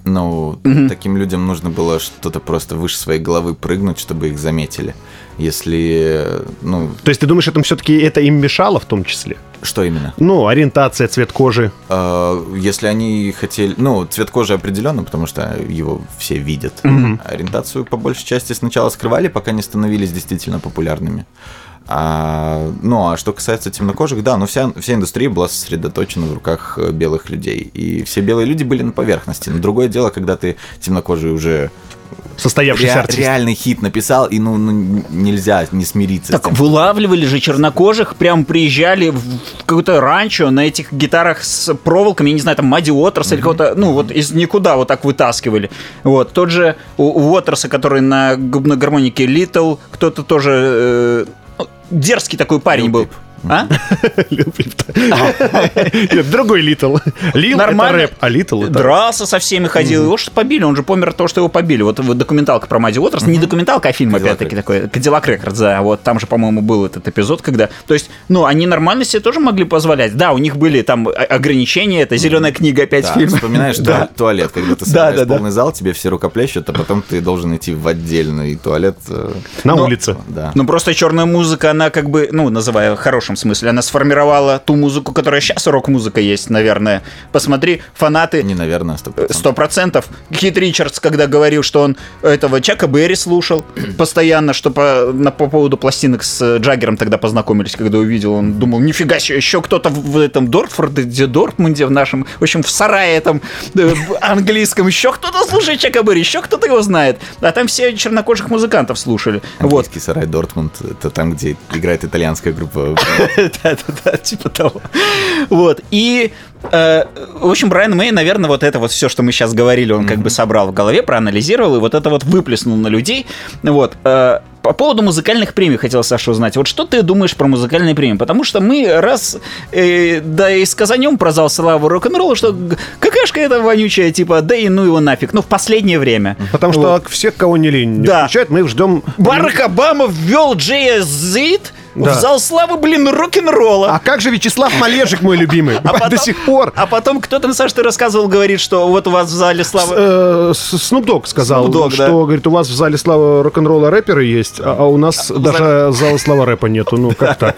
Ну, таким людям нужно было что-то просто выше своей головы прыгнуть, чтобы их заметили. Если, ну,
То есть ты думаешь, это все-таки это им мешало в том числе?
что именно?
Ну, ориентация, цвет кожи.
А, Если они хотели... Ну, цвет кожи определенно, потому что его все видят. Ориентацию по большей части сначала скрывали, пока не становились действительно популярными. А, ну, а что касается темнокожих, да, но вся, вся индустрия была сосредоточена в руках э, белых людей. И все белые люди были на поверхности. Но другое дело, когда ты темнокожий уже
Состоявшийся
ре-
артист.
реальный хит написал, и ну, ну, н- нельзя не смириться с
Так
тем,
вылавливали же чернокожих, прям приезжали в в какое-то ранчо на этих гитарах с проволоками, я не знаю, там Мадди Уотерс или кого-то, ну вот из никуда вот так вытаскивали. Вот, тот же у, у Уотерса, который на губной гармонике Литл, кто-то тоже э, ну, дерзкий такой парень
Lil
был.
Peep.
А?
Лил Пип. Нет, другой Литл. Лил — это
Нормально.
рэп, а Литл — это...
Дрался со всеми ходил. Его что побили, он же помер от того, что его побили. Вот, вот документалка про Мадди Уотерс, не документалка, а фильм
«Кадиллак
опять-таки такой. Кадиллак Рекордс, да. Вот там же, по-моему, был этот эпизод, когда... То есть, ну, они нормально себе тоже могли позволять. Да, у них были там о- ограничения, это зеленая книга опять
Да,
фильм.
вспоминаешь
Да.
туа- туалет, когда ты
Да,
собираешь
да, да.
полный зал, тебе все рукоплещут, а потом ты должен идти в отдельный туалет. э,
На улице.
Да.
Ну просто черная музыка, она как бы, ну, называя в хорошем смысле, она сформировала ту музыку, которая сейчас рок-музыка есть, наверное. Посмотри, фанаты
Не, наверное, сто
сто процентов. Кит Ричардс, когда говорил, что он этого Чака Берри слушал постоянно, что по, на- по поводу пластинок с э, Джаггером тогда познакомились, когда увидел, он думал, нифига себе, еще кто-то в, в этом Дортфорде, где Дортмунде в нашем, в общем, в сарае этом э, в английском, еще кто-то слушает Чака Берри, еще кто-то его знает. А там все чернокожих музыкантов слушали. Вот.
Английский сарай Дортмунд, э, это там, где играет итальянская группа.
Да-да-да, типа того. Вот. И, э, в общем, Брайан Мэй, наверное, вот это вот все, что мы сейчас говорили, он как бы собрал в голове, проанализировал, и вот это вот выплеснул на людей. Вот. Э, По поводу музыкальных премий хотел, Саша, узнать. Вот что ты думаешь про музыкальные премии? Потому что мы раз, э, да и с Казанем про зал славы рок-н-ролла, что г- какашка это вонючая, типа, да и ну его нафиг. Ну, в последнее время.
Потому что всех, кого не лень, не
Да.
включают, мы их ждем...
Барак Обама ввел Джея Зид
Да.
в зал славы, блин, рок-н-ролла.
А как же Вячеслав Малежик, мой любимый? До сих пор.
А потом кто там, Саш, ты рассказывал, говорит, что вот у вас в зале славы...
э, Снупдог сказал,
Snoop Dogg,
что, говорит, у вас в зале слава рок-н-ролла рэперы есть, а а у нас даже зала слава рэпа нету. Ну, как так?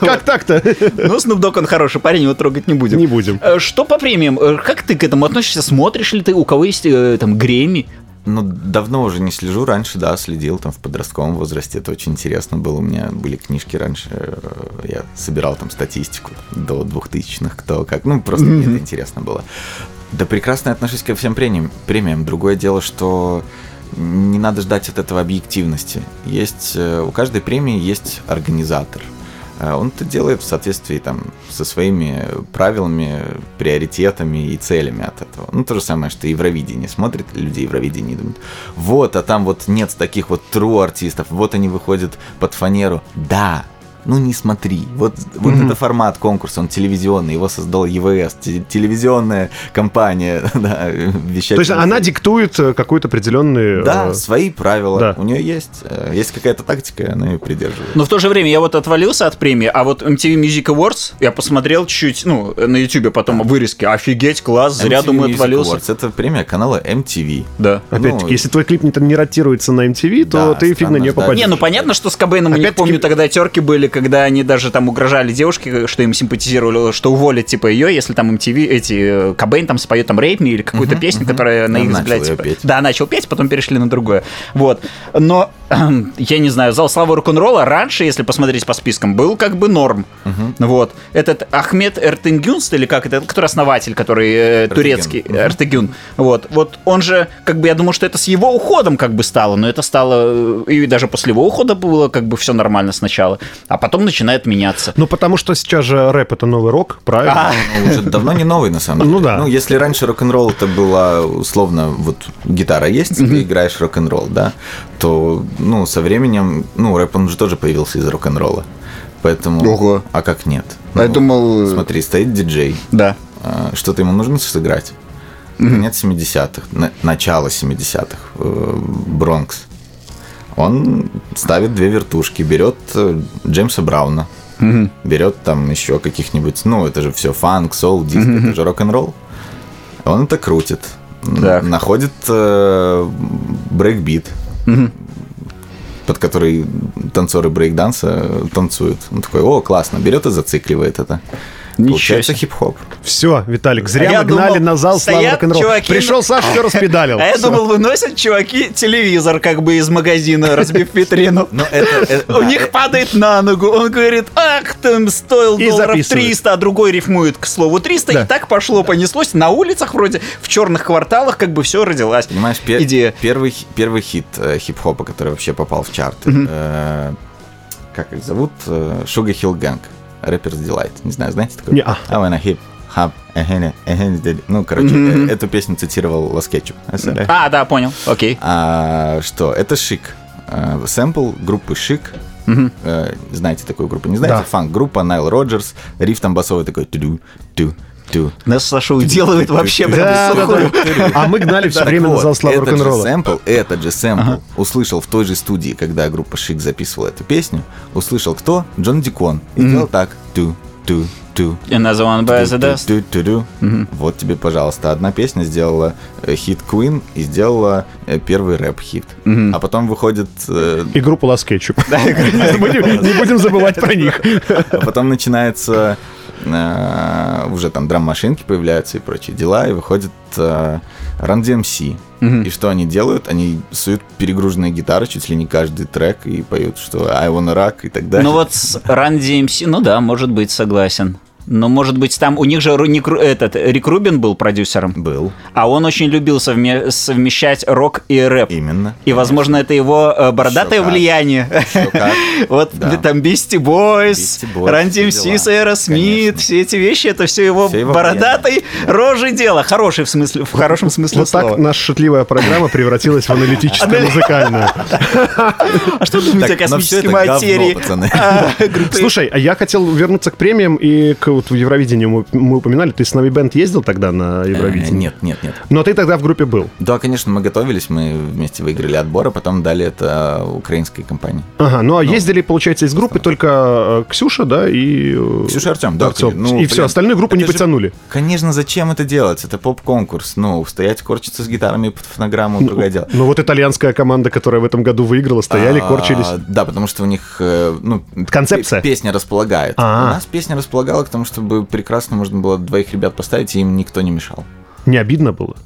Как так-то?
Ну, Snoop Dogg, он хороший парень, его трогать не будем.
Не будем.
Э, Что по премиям? Э, Как ты к этому относишься? Смотришь ли ты? У кого есть э, там Грэмми?
Ну, давно уже не слежу, раньше, да, следил там в подростковом возрасте, это очень интересно было, у меня были книжки раньше, э, я собирал там статистику до 2000-х, кто как, ну, просто мне это интересно было. Да прекрасно отношусь ко всем премиям, премиям, другое дело, что не надо ждать от этого объективности. Есть, э, у каждой премии есть организатор. Э, Он это делает в соответствии там, со своими правилами, приоритетами и целями от этого. Ну, то же самое, что Евровидение смотрит, люди Евровидение и думают, вот, а там вот нет таких вот true артистов, вот они выходят под фанеру. Да, ну не смотри. Вот, вот это формат конкурса, он телевизионный, его создал ЕВС, те- телевизионная компания. да,
То есть
вещательная.
она диктует э, какой-то определенный... э,
Да, свои правила.
да.
У нее есть. э, Есть какая-то тактика, и она ее придерживает.
Но в то же время я вот отвалился от премии, а вот MTV Music Awards я посмотрел чуть, ну, на Ютубе потом вырезки. Офигеть, класс, зря,
MTV
думаю,
Music
отвалился.
Awards. Это премия канала MTV.
Да.
Опять-таки,
Ну,
если твой клип не, не ротируется на MTV, то
Да,
ты фиг на
странно
нее
ждать.
попадешь.
Не, ну понятно, что с Кобейном, у них,
Опять-таки-
помню, тогда терки были, когда они даже там угрожали девушке, что им симпатизировали, что уволят, типа, ее, если там MTV, эти, э, Кобейн там споет там рейп Me» или какую-то песню, которая, на
Он
их
начал
взгляд,
её
типа-
петь.
Да, начал петь, потом перешли на другое. Вот. Но, эм, я не знаю, зал славы рок-н-ролла раньше, если посмотреть по спискам, был как бы норм. Вот. Этот Ахмед Эртенгюнст, или как это, который основатель, который э, турецкий, Эртегюн. Вот. Вот он же, как бы, я думал, что это с его уходом как бы стало, но это стало, э, и даже после его ухода было как бы все нормально сначала, а потом начинает меняться.
Ну, потому что сейчас же рэп — это новый рок, правильно?
Ну, уже давно не новый, на самом деле.
Ну да.
Ну, если раньше рок-н-ролл это была условно, вот гитара есть, ты играешь рок-н-ролл, да, то, ну, со временем, ну, рэп, он же тоже появился из рок-н-ролла. Поэтому...
Ого.
А как нет?
Я
Ну,
думал, э,
Смотри, стоит диджей.
Да.
А, Что-то ему нужно сыграть? Нет 70-х, на- начало 70-х, э, Бронкс. Он ставит две вертушки, берет э, Джеймса Брауна, берет там еще каких-нибудь, ну это же все фанк, сол, диск, это же рок-н-ролл. Он это крутит, н-
Так.
находит э, брейкбит, под который танцоры брейкданса э, танцуют. Он такой, о, классно, берет и зацикливает это.
Ничего
Получается
себе.
хип-хоп.
Все, Виталик, зря
Я
нагнали
думал,
на зал славы
стоят
рок-н-ролла.
чуваки на-
Пришел Саш, все распедалил.
А я
Всё.
думал, выносят чуваки телевизор как бы из магазина, разбив витрину.
Но это-
э,
это-
У них падает на ногу. Он говорит, ах, там стоил
И
долларов
записывает.
300, а другой рифмует к слову 300.
Да.
И так пошло, понеслось. На улицах вроде, в черных кварталах как бы все родилась.
Понимаешь, пе-
идея.
Первый, хи- первый хит э, хип-хопа, который вообще попал в чарты, э, как их зовут? Э, Sugar Hill Gang. Рэпер's Delight. Не знаю, знаете такое? А,
Не-а.
I wanna hip hop. эхене, эхене, дели. Ну, короче, э, эту песню цитировал Лас Кетчуп. SRF.
А, да, понял. Окей.
А, что? Это Шик. Э, Сэмпл группы Шик Э, знаете такую группу? Не знаете?
Да.
Фанк-группа, Найл Роджерс, риф там басовый такой тю тю тю
Нас Саша уделывает вообще
Да,
прям
да,
сухую.
да. А мы гнали все время на зал славы
этот же
рок-н-ролла.
сэмпл, этот же сэмпл услышал в той же студии, когда группа Шик записывала эту песню, услышал кто? Джон Дикон. И делал так. Ту, ту, ту.
Another one bites the dust.
Ту-ту-ту-ту. Вот тебе, пожалуйста, одна песня сделала э, хит Queen и сделала э, первый рэп-хит. А потом выходит, э,
И группу Last Ketchup. Не будем- Не будем забывать про них.
а потом начинается э, уже там драм-машинки появляются и прочие дела, и выходит э, Run DMC. И что они делают? Они суют перегруженные гитары чуть ли не каждый трек и поют, что I wanna rock и так далее.
Ну вот с Run DMC, ну да, может быть, согласен. Но может быть там у них же Ру- Ник Ру- этот Рик Рубин был продюсером,
Был.
а он очень любил совме- совмещать рок и рэп.
Именно.
И, возможно, это его э, бородатое
Шо как.
влияние.
Всё как.
Вот
Да.
э, там Бисти Бойс,
Beastie Boys,
Run
все
DMC,
дела.
Сэра Смит,
Конечно.
все эти вещи, это все его
Всё его
бородатой рожей дело. Хороший в смысле, в хорошем смысле
Вот так
ну,
слова.
наша шутливая программа превратилась в аналитическое музыкальную.
А что думаете о
Так, но
космической
всё это говно,
материи?
пацаны.
А, группы-
Слушай, а я хотел вернуться к премиям и к вот Евровидению мы, мы упоминали. Ты с нами бенд ездил тогда на
Э,
Евровидение?
Нет, нет, нет.
Но ты тогда в группе был.
Да, конечно, мы готовились, мы вместе выиграли отбор, а потом дали это украинской компании.
Ага, ну а ездили, получается, из группы только э, Ксюша, да, и... э,
Ксюша Артем, да.
Артём.
конечно. Ну,
и все,
блин,
остальную группу
это
не
же-
потянули.
Конечно, зачем это делать? Это поп-конкурс. Ну, стоять корчиться с гитарами под фонограмму, другое дело.
Ну вот итальянская команда, которая в этом году выиграла, стояли,
А,
корчились.
Да, потому что у них э, ну,
Концепция.
п- Песня располагает. У
А.
нас песня располагала к тому, чтобы прекрасно можно было двоих ребят поставить, и им никто не мешал.
Не обидно было?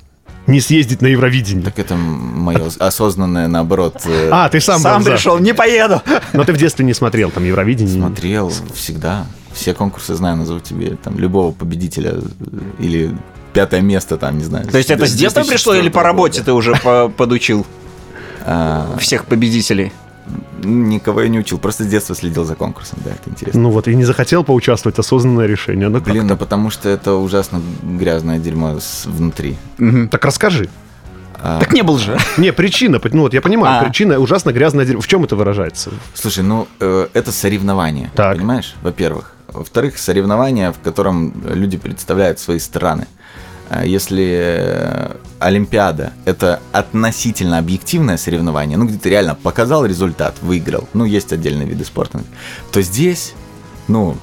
Не съездить на Евровидение.
Так это мое осознанное, наоборот, э,
А, ты сам,
Сам
был за.
пришел, не поеду.
Но ты в детстве не смотрел там Евровидение.
смотрел всегда. Все конкурсы знаю, назову тебе там любого победителя э, или пятое место там, не знаю.
То есть это с детства пришло или по
2004
работе
года.
ты уже по- подучил
А.
всех победителей?
Никого я не учил, просто с детства следил за конкурсом, да, это интересно.
Ну вот, и не захотел поучаствовать, осознанное решение. Ну, как?
Блин, да потому что это ужасно грязное дерьмо с- внутри.
Так расскажи.
А.
Так не был же.
Не, причина, ну вот я понимаю,
А.
причина ужасно грязная. дерь- В чем это выражается?
Слушай, ну э, это соревнование,
Так.
понимаешь? Во-первых. Во-вторых, соревнование, в котором люди представляют свои страны. А Если э, Олимпиада это относительно объективное соревнование, ну где ты реально показал результат, выиграл, ну есть отдельные виды спорта, то здесь, ну,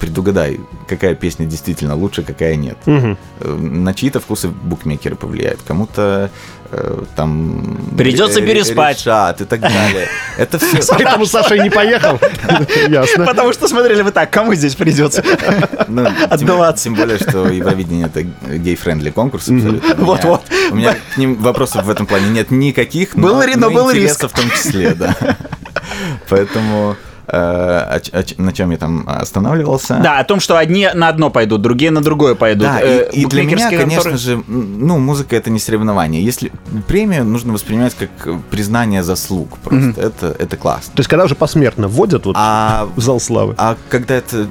предугадай, какая песня действительно лучше, какая нет. Э, На чьи-то вкусы букмекеры повлияют, кому-то э, там... э,
Придется
ре- ре-
переспать.
решат и так далее. Это все...
Поэтому Саша и не поехал. Ясно.
Потому что смотрели вы так, кому здесь придется? Отдуваться.
Ну, Тем более, что Евровидение это гей-френдли конкурс. абсолютно. У меня-
Вот-вот.
У меня к ним вопросов в этом плане нет никаких.
Был ри- но был
интереса
риск.
в том числе, да. Поэтому э, о ч- о ч- на чем я там останавливался?
Да, о том, что одни на одно пойдут, другие на другое пойдут.
Да,
Э,
и, и для меня,
букмекерские конторы-
конечно же, м, ну, музыка это не соревнование. Если премию нужно воспринимать как э, признание заслуг, просто это, это классно.
То есть, когда уже посмертно вводят вот
А
в зал славы.
А когда это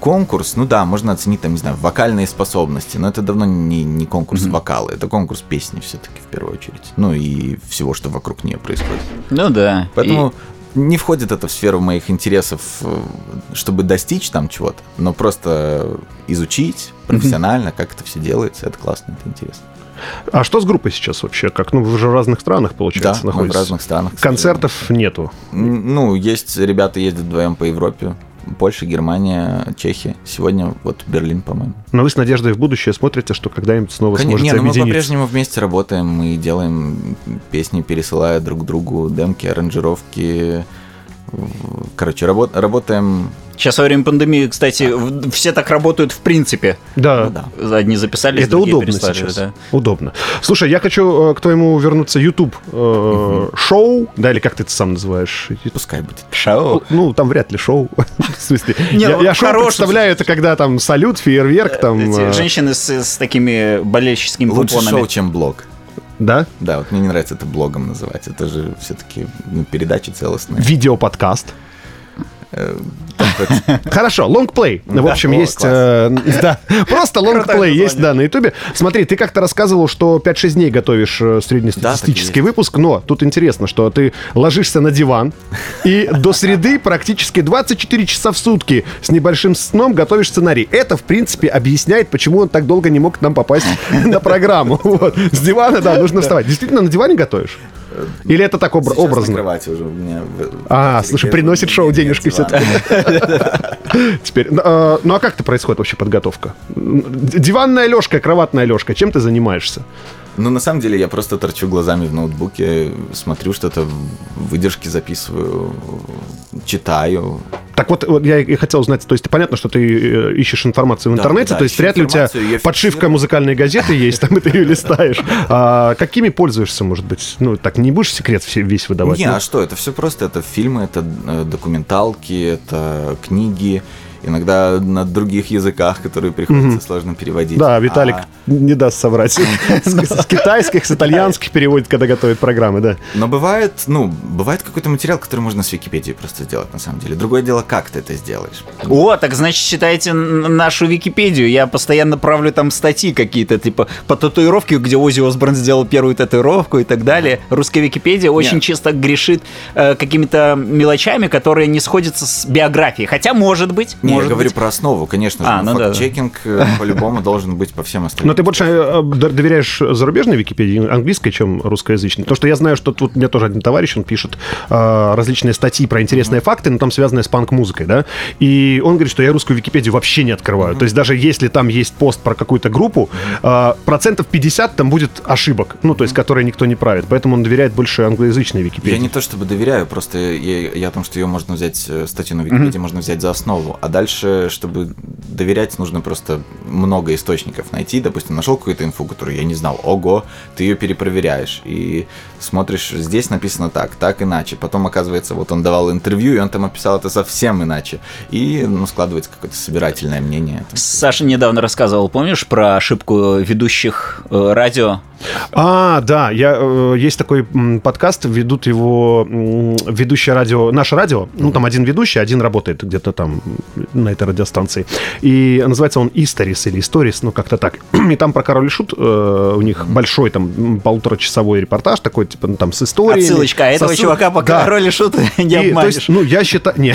конкурс, ну да, можно оценить, там, не знаю, вокальные способности, но это давно не, не конкурс вокала, это конкурс песни все-таки в первую очередь. Ну и всего, что вокруг нее происходит.
Ну да.
Поэтому не входит это в сферу моих интересов, э, чтобы достичь там чего-то, но просто изучить профессионально, как это все делается, это классно, это интересно.
А что с группой сейчас вообще? Как, ну, вы же в разных странах, получается,
да, мы в
находитесь.
разных странах. к сожалению.
Концертов нету.
М, Ну, есть ребята ездят вдвоем по Европе. Польша, Германия, Чехия. Сегодня вот Берлин, по-моему.
Но вы с надеждой в будущее смотрите, что когда-нибудь снова
Конечно, не,
сможете
ну мы
объединиться.
по-прежнему вместе работаем, мы делаем песни, пересылая друг другу демки, аранжировки. Короче, работ- работаем.
Сейчас во время пандемии, кстати, в- все так работают в принципе.
Да.
Ну да.
Одни записались,
Это
другие
удобно
перестали,
сейчас.
да.
Удобно. Слушай, я хочу э, к твоему вернуться YouTube э, шоу, да, или как ты это сам называешь?
Пускай будет.
Шоу? Ну, там вряд ли шоу. В смысле,
Не,
я,
ну,
я
в
шоу
хорошем
представляю, это когда там салют, фейерверк, там...
Эти
э,
женщины с, с такими болельщическими
Лучше шоу,
купонами.
чем блог.
Да?
Да, вот мне не нравится это блогом называть. Это же все-таки ну, передача целостная.
Видеоподкаст.
Э, там как-
Хорошо, лонгплей. В
Да,
общем,
о,
есть...
класс.
э, да, просто лонгплей есть, да, на Ютубе. Смотри, ты как-то рассказывал, что 5-6 дней готовишь э,
так и
среднестатистический
есть.
выпуск, но тут интересно, что ты ложишься на диван и до среды практически 24 часа в сутки с небольшим сном готовишь сценарий. Это, в принципе, объясняет, почему он так долго не мог к нам попасть на программу. Вот. С дивана, да, нужно вставать. Действительно, на диване готовишь? Или это так обра-
Э, сейчас на
образно?
кровати уже у меня в-
А, слушай, приносит шоу денежки
Диван.
все-таки. Теперь, ну, э, ну а как ты происходит вообще подготовка? М, д- Диванная лёжка, кроватная лёжка. Чем ты занимаешься?
Ну, на самом деле, я просто торчу глазами в ноутбуке, смотрю что-то, выдержки записываю, читаю.
Так вот, вот я и хотел узнать, то есть понятно, что ты э, ищешь информацию в
Да,
интернете,
да,
то есть
ищу
вряд ли у тебя
информацию, её
подшивка
фиксирую.
музыкальной газеты есть, там и ты ее листаешь. А Какими пользуешься, может быть? Ну, так не будешь секрет все- весь выдавать?
Не,
ну?
а что, это все просто, это фильмы, это э, документалки, это книги, иногда на других языках, которые приходится сложно переводить.
Да, Виталик
А,
не даст соврать. С с китайских, с итальянских переводит, когда готовит программы, да.
но бывает, ну, бывает какой-то материал, который можно с Википедии просто сделать, на самом деле. Другое дело, как ты это сделаешь.
О, так значит, читайте н- нашу Википедию. Я постоянно правлю там статьи какие-то, типа по татуировке, где Ози Осборн сделал первую татуировку и так далее. Русская Википедия очень
Нет.
часто грешит э, какими-то мелочами, которые не сходятся с биографией. Хотя, может быть,
Не,
может
я говорю
быть.
про основу, конечно же,
А,
но
ну да, да.
факт-чекинг э, по-любому должен быть по всем остальным.
Но ты больше э, д- доверяешь зарубежной Википедии, английской, чем русскоязычной? Потому что я знаю, что тут у меня тоже один товарищ, он пишет э, различные статьи про интересные факты, но там связанные с панк-музыкой, да? И он говорит, что я русскую Википедию вообще не открываю. То есть даже если там есть пост про какую-то группу, э, процентов 50 там будет ошибок, ну, то есть которые никто не правит. Поэтому он доверяет больше англоязычной
Я
Википедии.
не то чтобы доверяю, просто я, я о том, что ее можно взять, э, статью на Википедии можно взять за основу. А дальше, чтобы доверять, нужно просто много источников найти. Допустим, нашел какую-то инфу, которую я не знал. Ого, ты ее перепроверяешь. И смотришь, здесь написано так, так иначе. Потом оказывается, вот он давал интервью, и он там описал это совсем иначе. И ну, складывается какое-то собирательное мнение.
Саша недавно рассказывал, помнишь, про ошибку ведущих э, радио?
А, да, я, э, есть такой м, подкаст, ведут его м, ведущее радио, наше радио, ну там один ведущий, один работает где-то там м, на этой радиостанции. И называется он Историс или Историс, ну как-то так. И там про Король и Шут, э, у них большой там м, полуторачасовой репортаж такой, типа, ну там с историей.
Отсылочка. А этого чувака пока
Да.
роли шут не
И, то
обманешь.
есть, ну, я считаю... Не.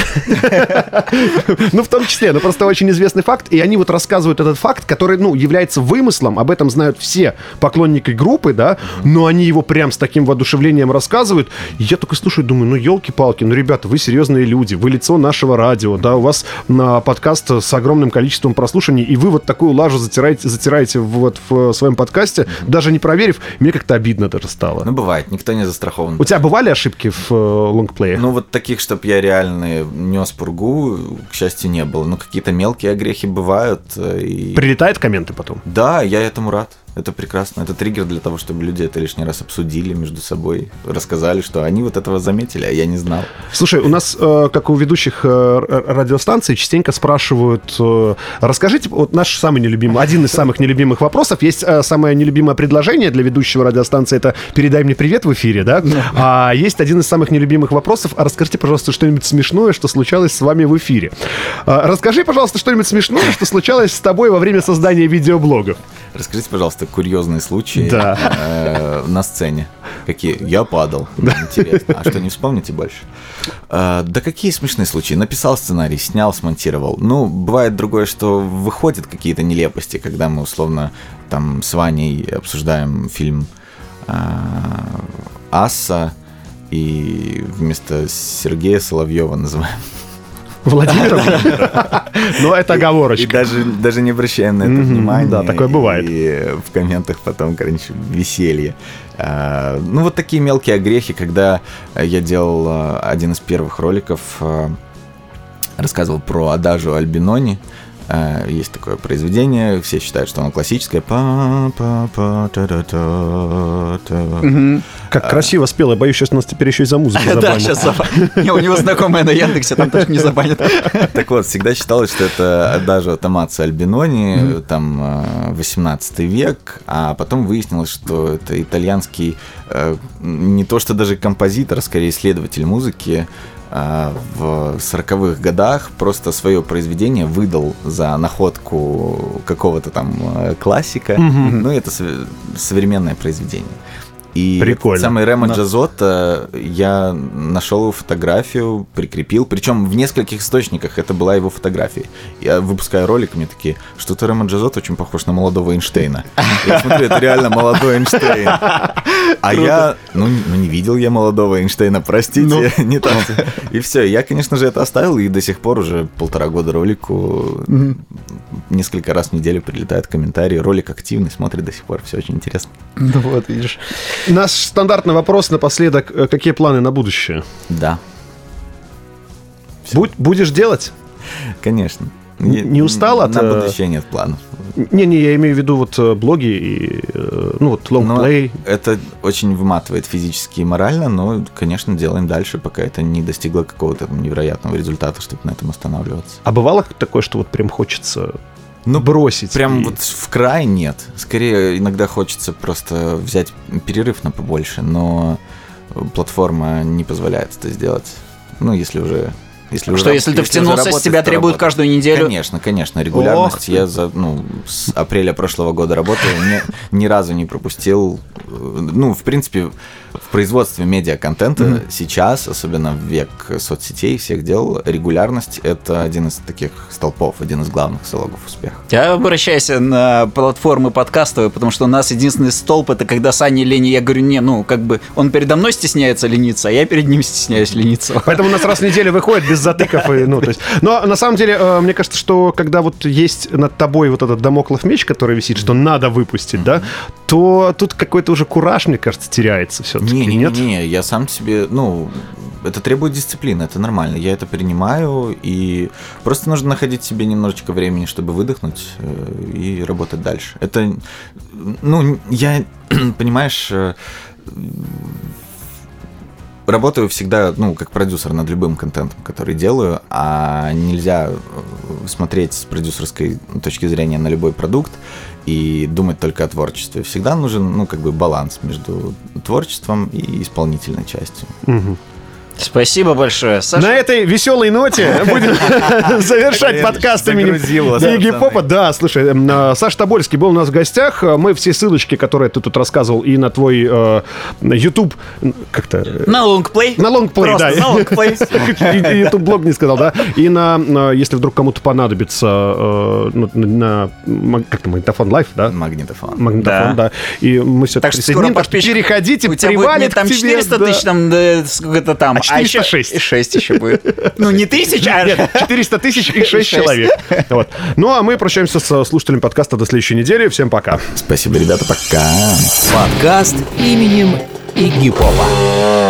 ну, в том числе, ну, просто очень известный факт, и они вот рассказывают этот факт, который, ну, является вымыслом, об этом знают все поклонники группы, да, но они его прям с таким воодушевлением рассказывают. И я только слушаю, думаю, ну, елки-палки, ну, ребята, вы серьезные люди, вы лицо нашего радио, да, у вас на подкаст с огромным количеством прослушаний, и вы вот такую лажу затираете, затираете в- вот в э, своем подкасте, даже не проверив, мне как-то обидно даже стало.
Ну, бывает, никто не застрахован.
У тебя бывали ошибки в э, лонгплее?
Ну, вот таких, чтобы я реально нес пургу, к счастью, не было. Но какие-то мелкие огрехи бывают. э, И...
Прилетает комменты потом?
Да, я этому рад. Это прекрасно. Это триггер для того, чтобы люди это лишний раз обсудили между собой, рассказали, что они вот этого заметили, а я не знал.
Слушай, у нас, э, как у ведущих э, р- радиостанций, частенько спрашивают, э, расскажите, вот наш самый нелюбимый, один из самых нелюбимых вопросов, есть э, самое нелюбимое предложение для ведущего радиостанции, это «Передай мне привет» в эфире, да? А есть один из самых нелюбимых вопросов, а расскажите, пожалуйста, что-нибудь смешное, что случалось с вами в эфире. А, Расскажи, пожалуйста, что-нибудь смешное, что случалось с тобой во время создания видеоблогов.
Расскажите, пожалуйста, курьезные случаи
Да.
э, на сцене. Какие? Я падал. Интересно. А что, не вспомните больше? Э, Да какие смешные случаи. Написал сценарий, снял, смонтировал. Ну, бывает другое, что выходят какие-то нелепости, когда мы, условно, там с Ваней обсуждаем фильм э, «Асса», и вместо Сергея Соловьева называем.
Владимир? Ну, это
И
оговорочка.
даже, даже не обращаем на это
Мгм,
внимания.
да, такое бывает.
И в комментах потом, короче, веселье. А, ну, вот такие мелкие огрехи, когда я делал а, один из первых роликов, а, рассказывал про адажу Альбинони. А, Есть такое произведение, все считают, что оно классическое. Па-па-па, та-та-та, та.
Как красиво спел, я боюсь, сейчас нас теперь еще и за музыку
Да,
забанят.
сейчас У него знакомая на Яндексе, там точно не забанят.
Так вот, всегда считалось, что это даже от Амаци Альбинони, там э, 18 век, а потом выяснилось, что это итальянский, э, не то что даже композитор, а скорее исследователь музыки, а, в 40-х годах просто свое произведение выдал за находку какого-то там э, классика. Ну, и это сов- современное произведение. И
Прикольно.
этот самый Ремо Джазотто, э, я нашел его фотографию, прикрепил, причем в нескольких источниках это была его фотография. Я выпускаю ролик, мне такие, что-то Ремо Джазотто очень похож на молодого Эйнштейна. Я смотрю, это реально молодой Эйнштейн. А я, ну, н- ну, не видел я молодого Эйнштейна, простите, не так. И все, я, конечно же, это оставил, и до сих пор уже полтора года ролику, несколько раз в неделю прилетают комментарии, ролик активный, смотрит до сих пор, все очень интересно.
Ну вот, видишь.
Наш стандартный вопрос напоследок. э, Какие планы на будущее?
Да,
Будь- будешь делать?
конечно.
Не- не устал от,
На
э,
будущее нет планов.
Не-не, я имею в виду вот э, блоги и, э, ну, вот
Но
лонгплей.
это очень выматывает физически и морально, но, конечно, делаем дальше, пока это не достигло какого-то там невероятного результата, чтобы на этом останавливаться.
А бывало такое, что вот прям хочется
Ну,
бросить?
Прям
и-
вот в край нет. Скорее, иногда хочется просто взять перерыв на побольше, но платформа не позволяет это сделать. Ну, если уже... Если
А
уже
Что, если ты
уже
втянулся, с
работаешь,
тебя
то
требуют
работаешь.
каждую неделю?
Конечно, конечно, регулярность.
ты.
я за, ну, с апреля прошлого года работаю, ни, ни разу не пропустил. э, Ну, в принципе, в производстве медиа-контента сейчас, особенно в век соцсетей, всех дел, регулярность это один из таких столпов, один из главных залогов успеха.
Я обращаюсь на платформы подкастовые, потому что у нас единственный столб это когда Саня лени, я говорю, не, ну как бы он передо мной стесняется лениться, а я перед ним стесняюсь лениться.
Поэтому у нас раз в неделю выходит без затыков. И, ну, то есть. Но на самом деле, э, мне кажется, что когда вот есть над тобой вот этот домоклов меч, который висит, что надо выпустить, да, то тут какой-то уже кураж, мне кажется, теряется все-таки.
Не, не,
нет?
не, не, я сам себе, ну, это требует дисциплины, это нормально, я это принимаю, и просто нужно находить себе немножечко времени, чтобы выдохнуть э, и работать дальше. Это, ну, я, понимаешь, э, работаю всегда, ну, как продюсер над любым контентом, который делаю, а нельзя э, смотреть с продюсерской точки зрения на любой продукт и думать только о творчестве. Всегда нужен, ну, как бы баланс между творчеством и исполнительной частью.
Спасибо большое, Саша.
На этой веселой ноте будем завершать подкаст имени
загрузил вас,
Игги
пацаны.
Попа. Да, слушай, эм, э, Саша Тобольский был у нас в гостях. Э, Мы все ссылочки, которые ты тут рассказывал, и на твой э, на YouTube, н- как-то... э,
На лонгплей.
На лонгплей, да.
Просто на лонгплей.
И- и YouTube блог не сказал, да. И на, на, если вдруг кому-то понадобится, э, ну, на, на- как там, магнитофон лайф, да?
Магнитофон.
Магнитофон, да.
Да.
И мы все
Так что скоро подписчик-
переходите,
У тебя будет не
привалит
там
к тебе,
400
да.
тысяч, там да, сколько-то там.
А 406.
еще 6 еще будет. Ну не тысяч, а...
Нет, 400 тысяч и 6
Шесть.
человек. Вот. Ну, а мы прощаемся со слушателями подкаста до следующей недели. Всем пока.
Спасибо, ребята, пока.
Подкаст именем Игипова.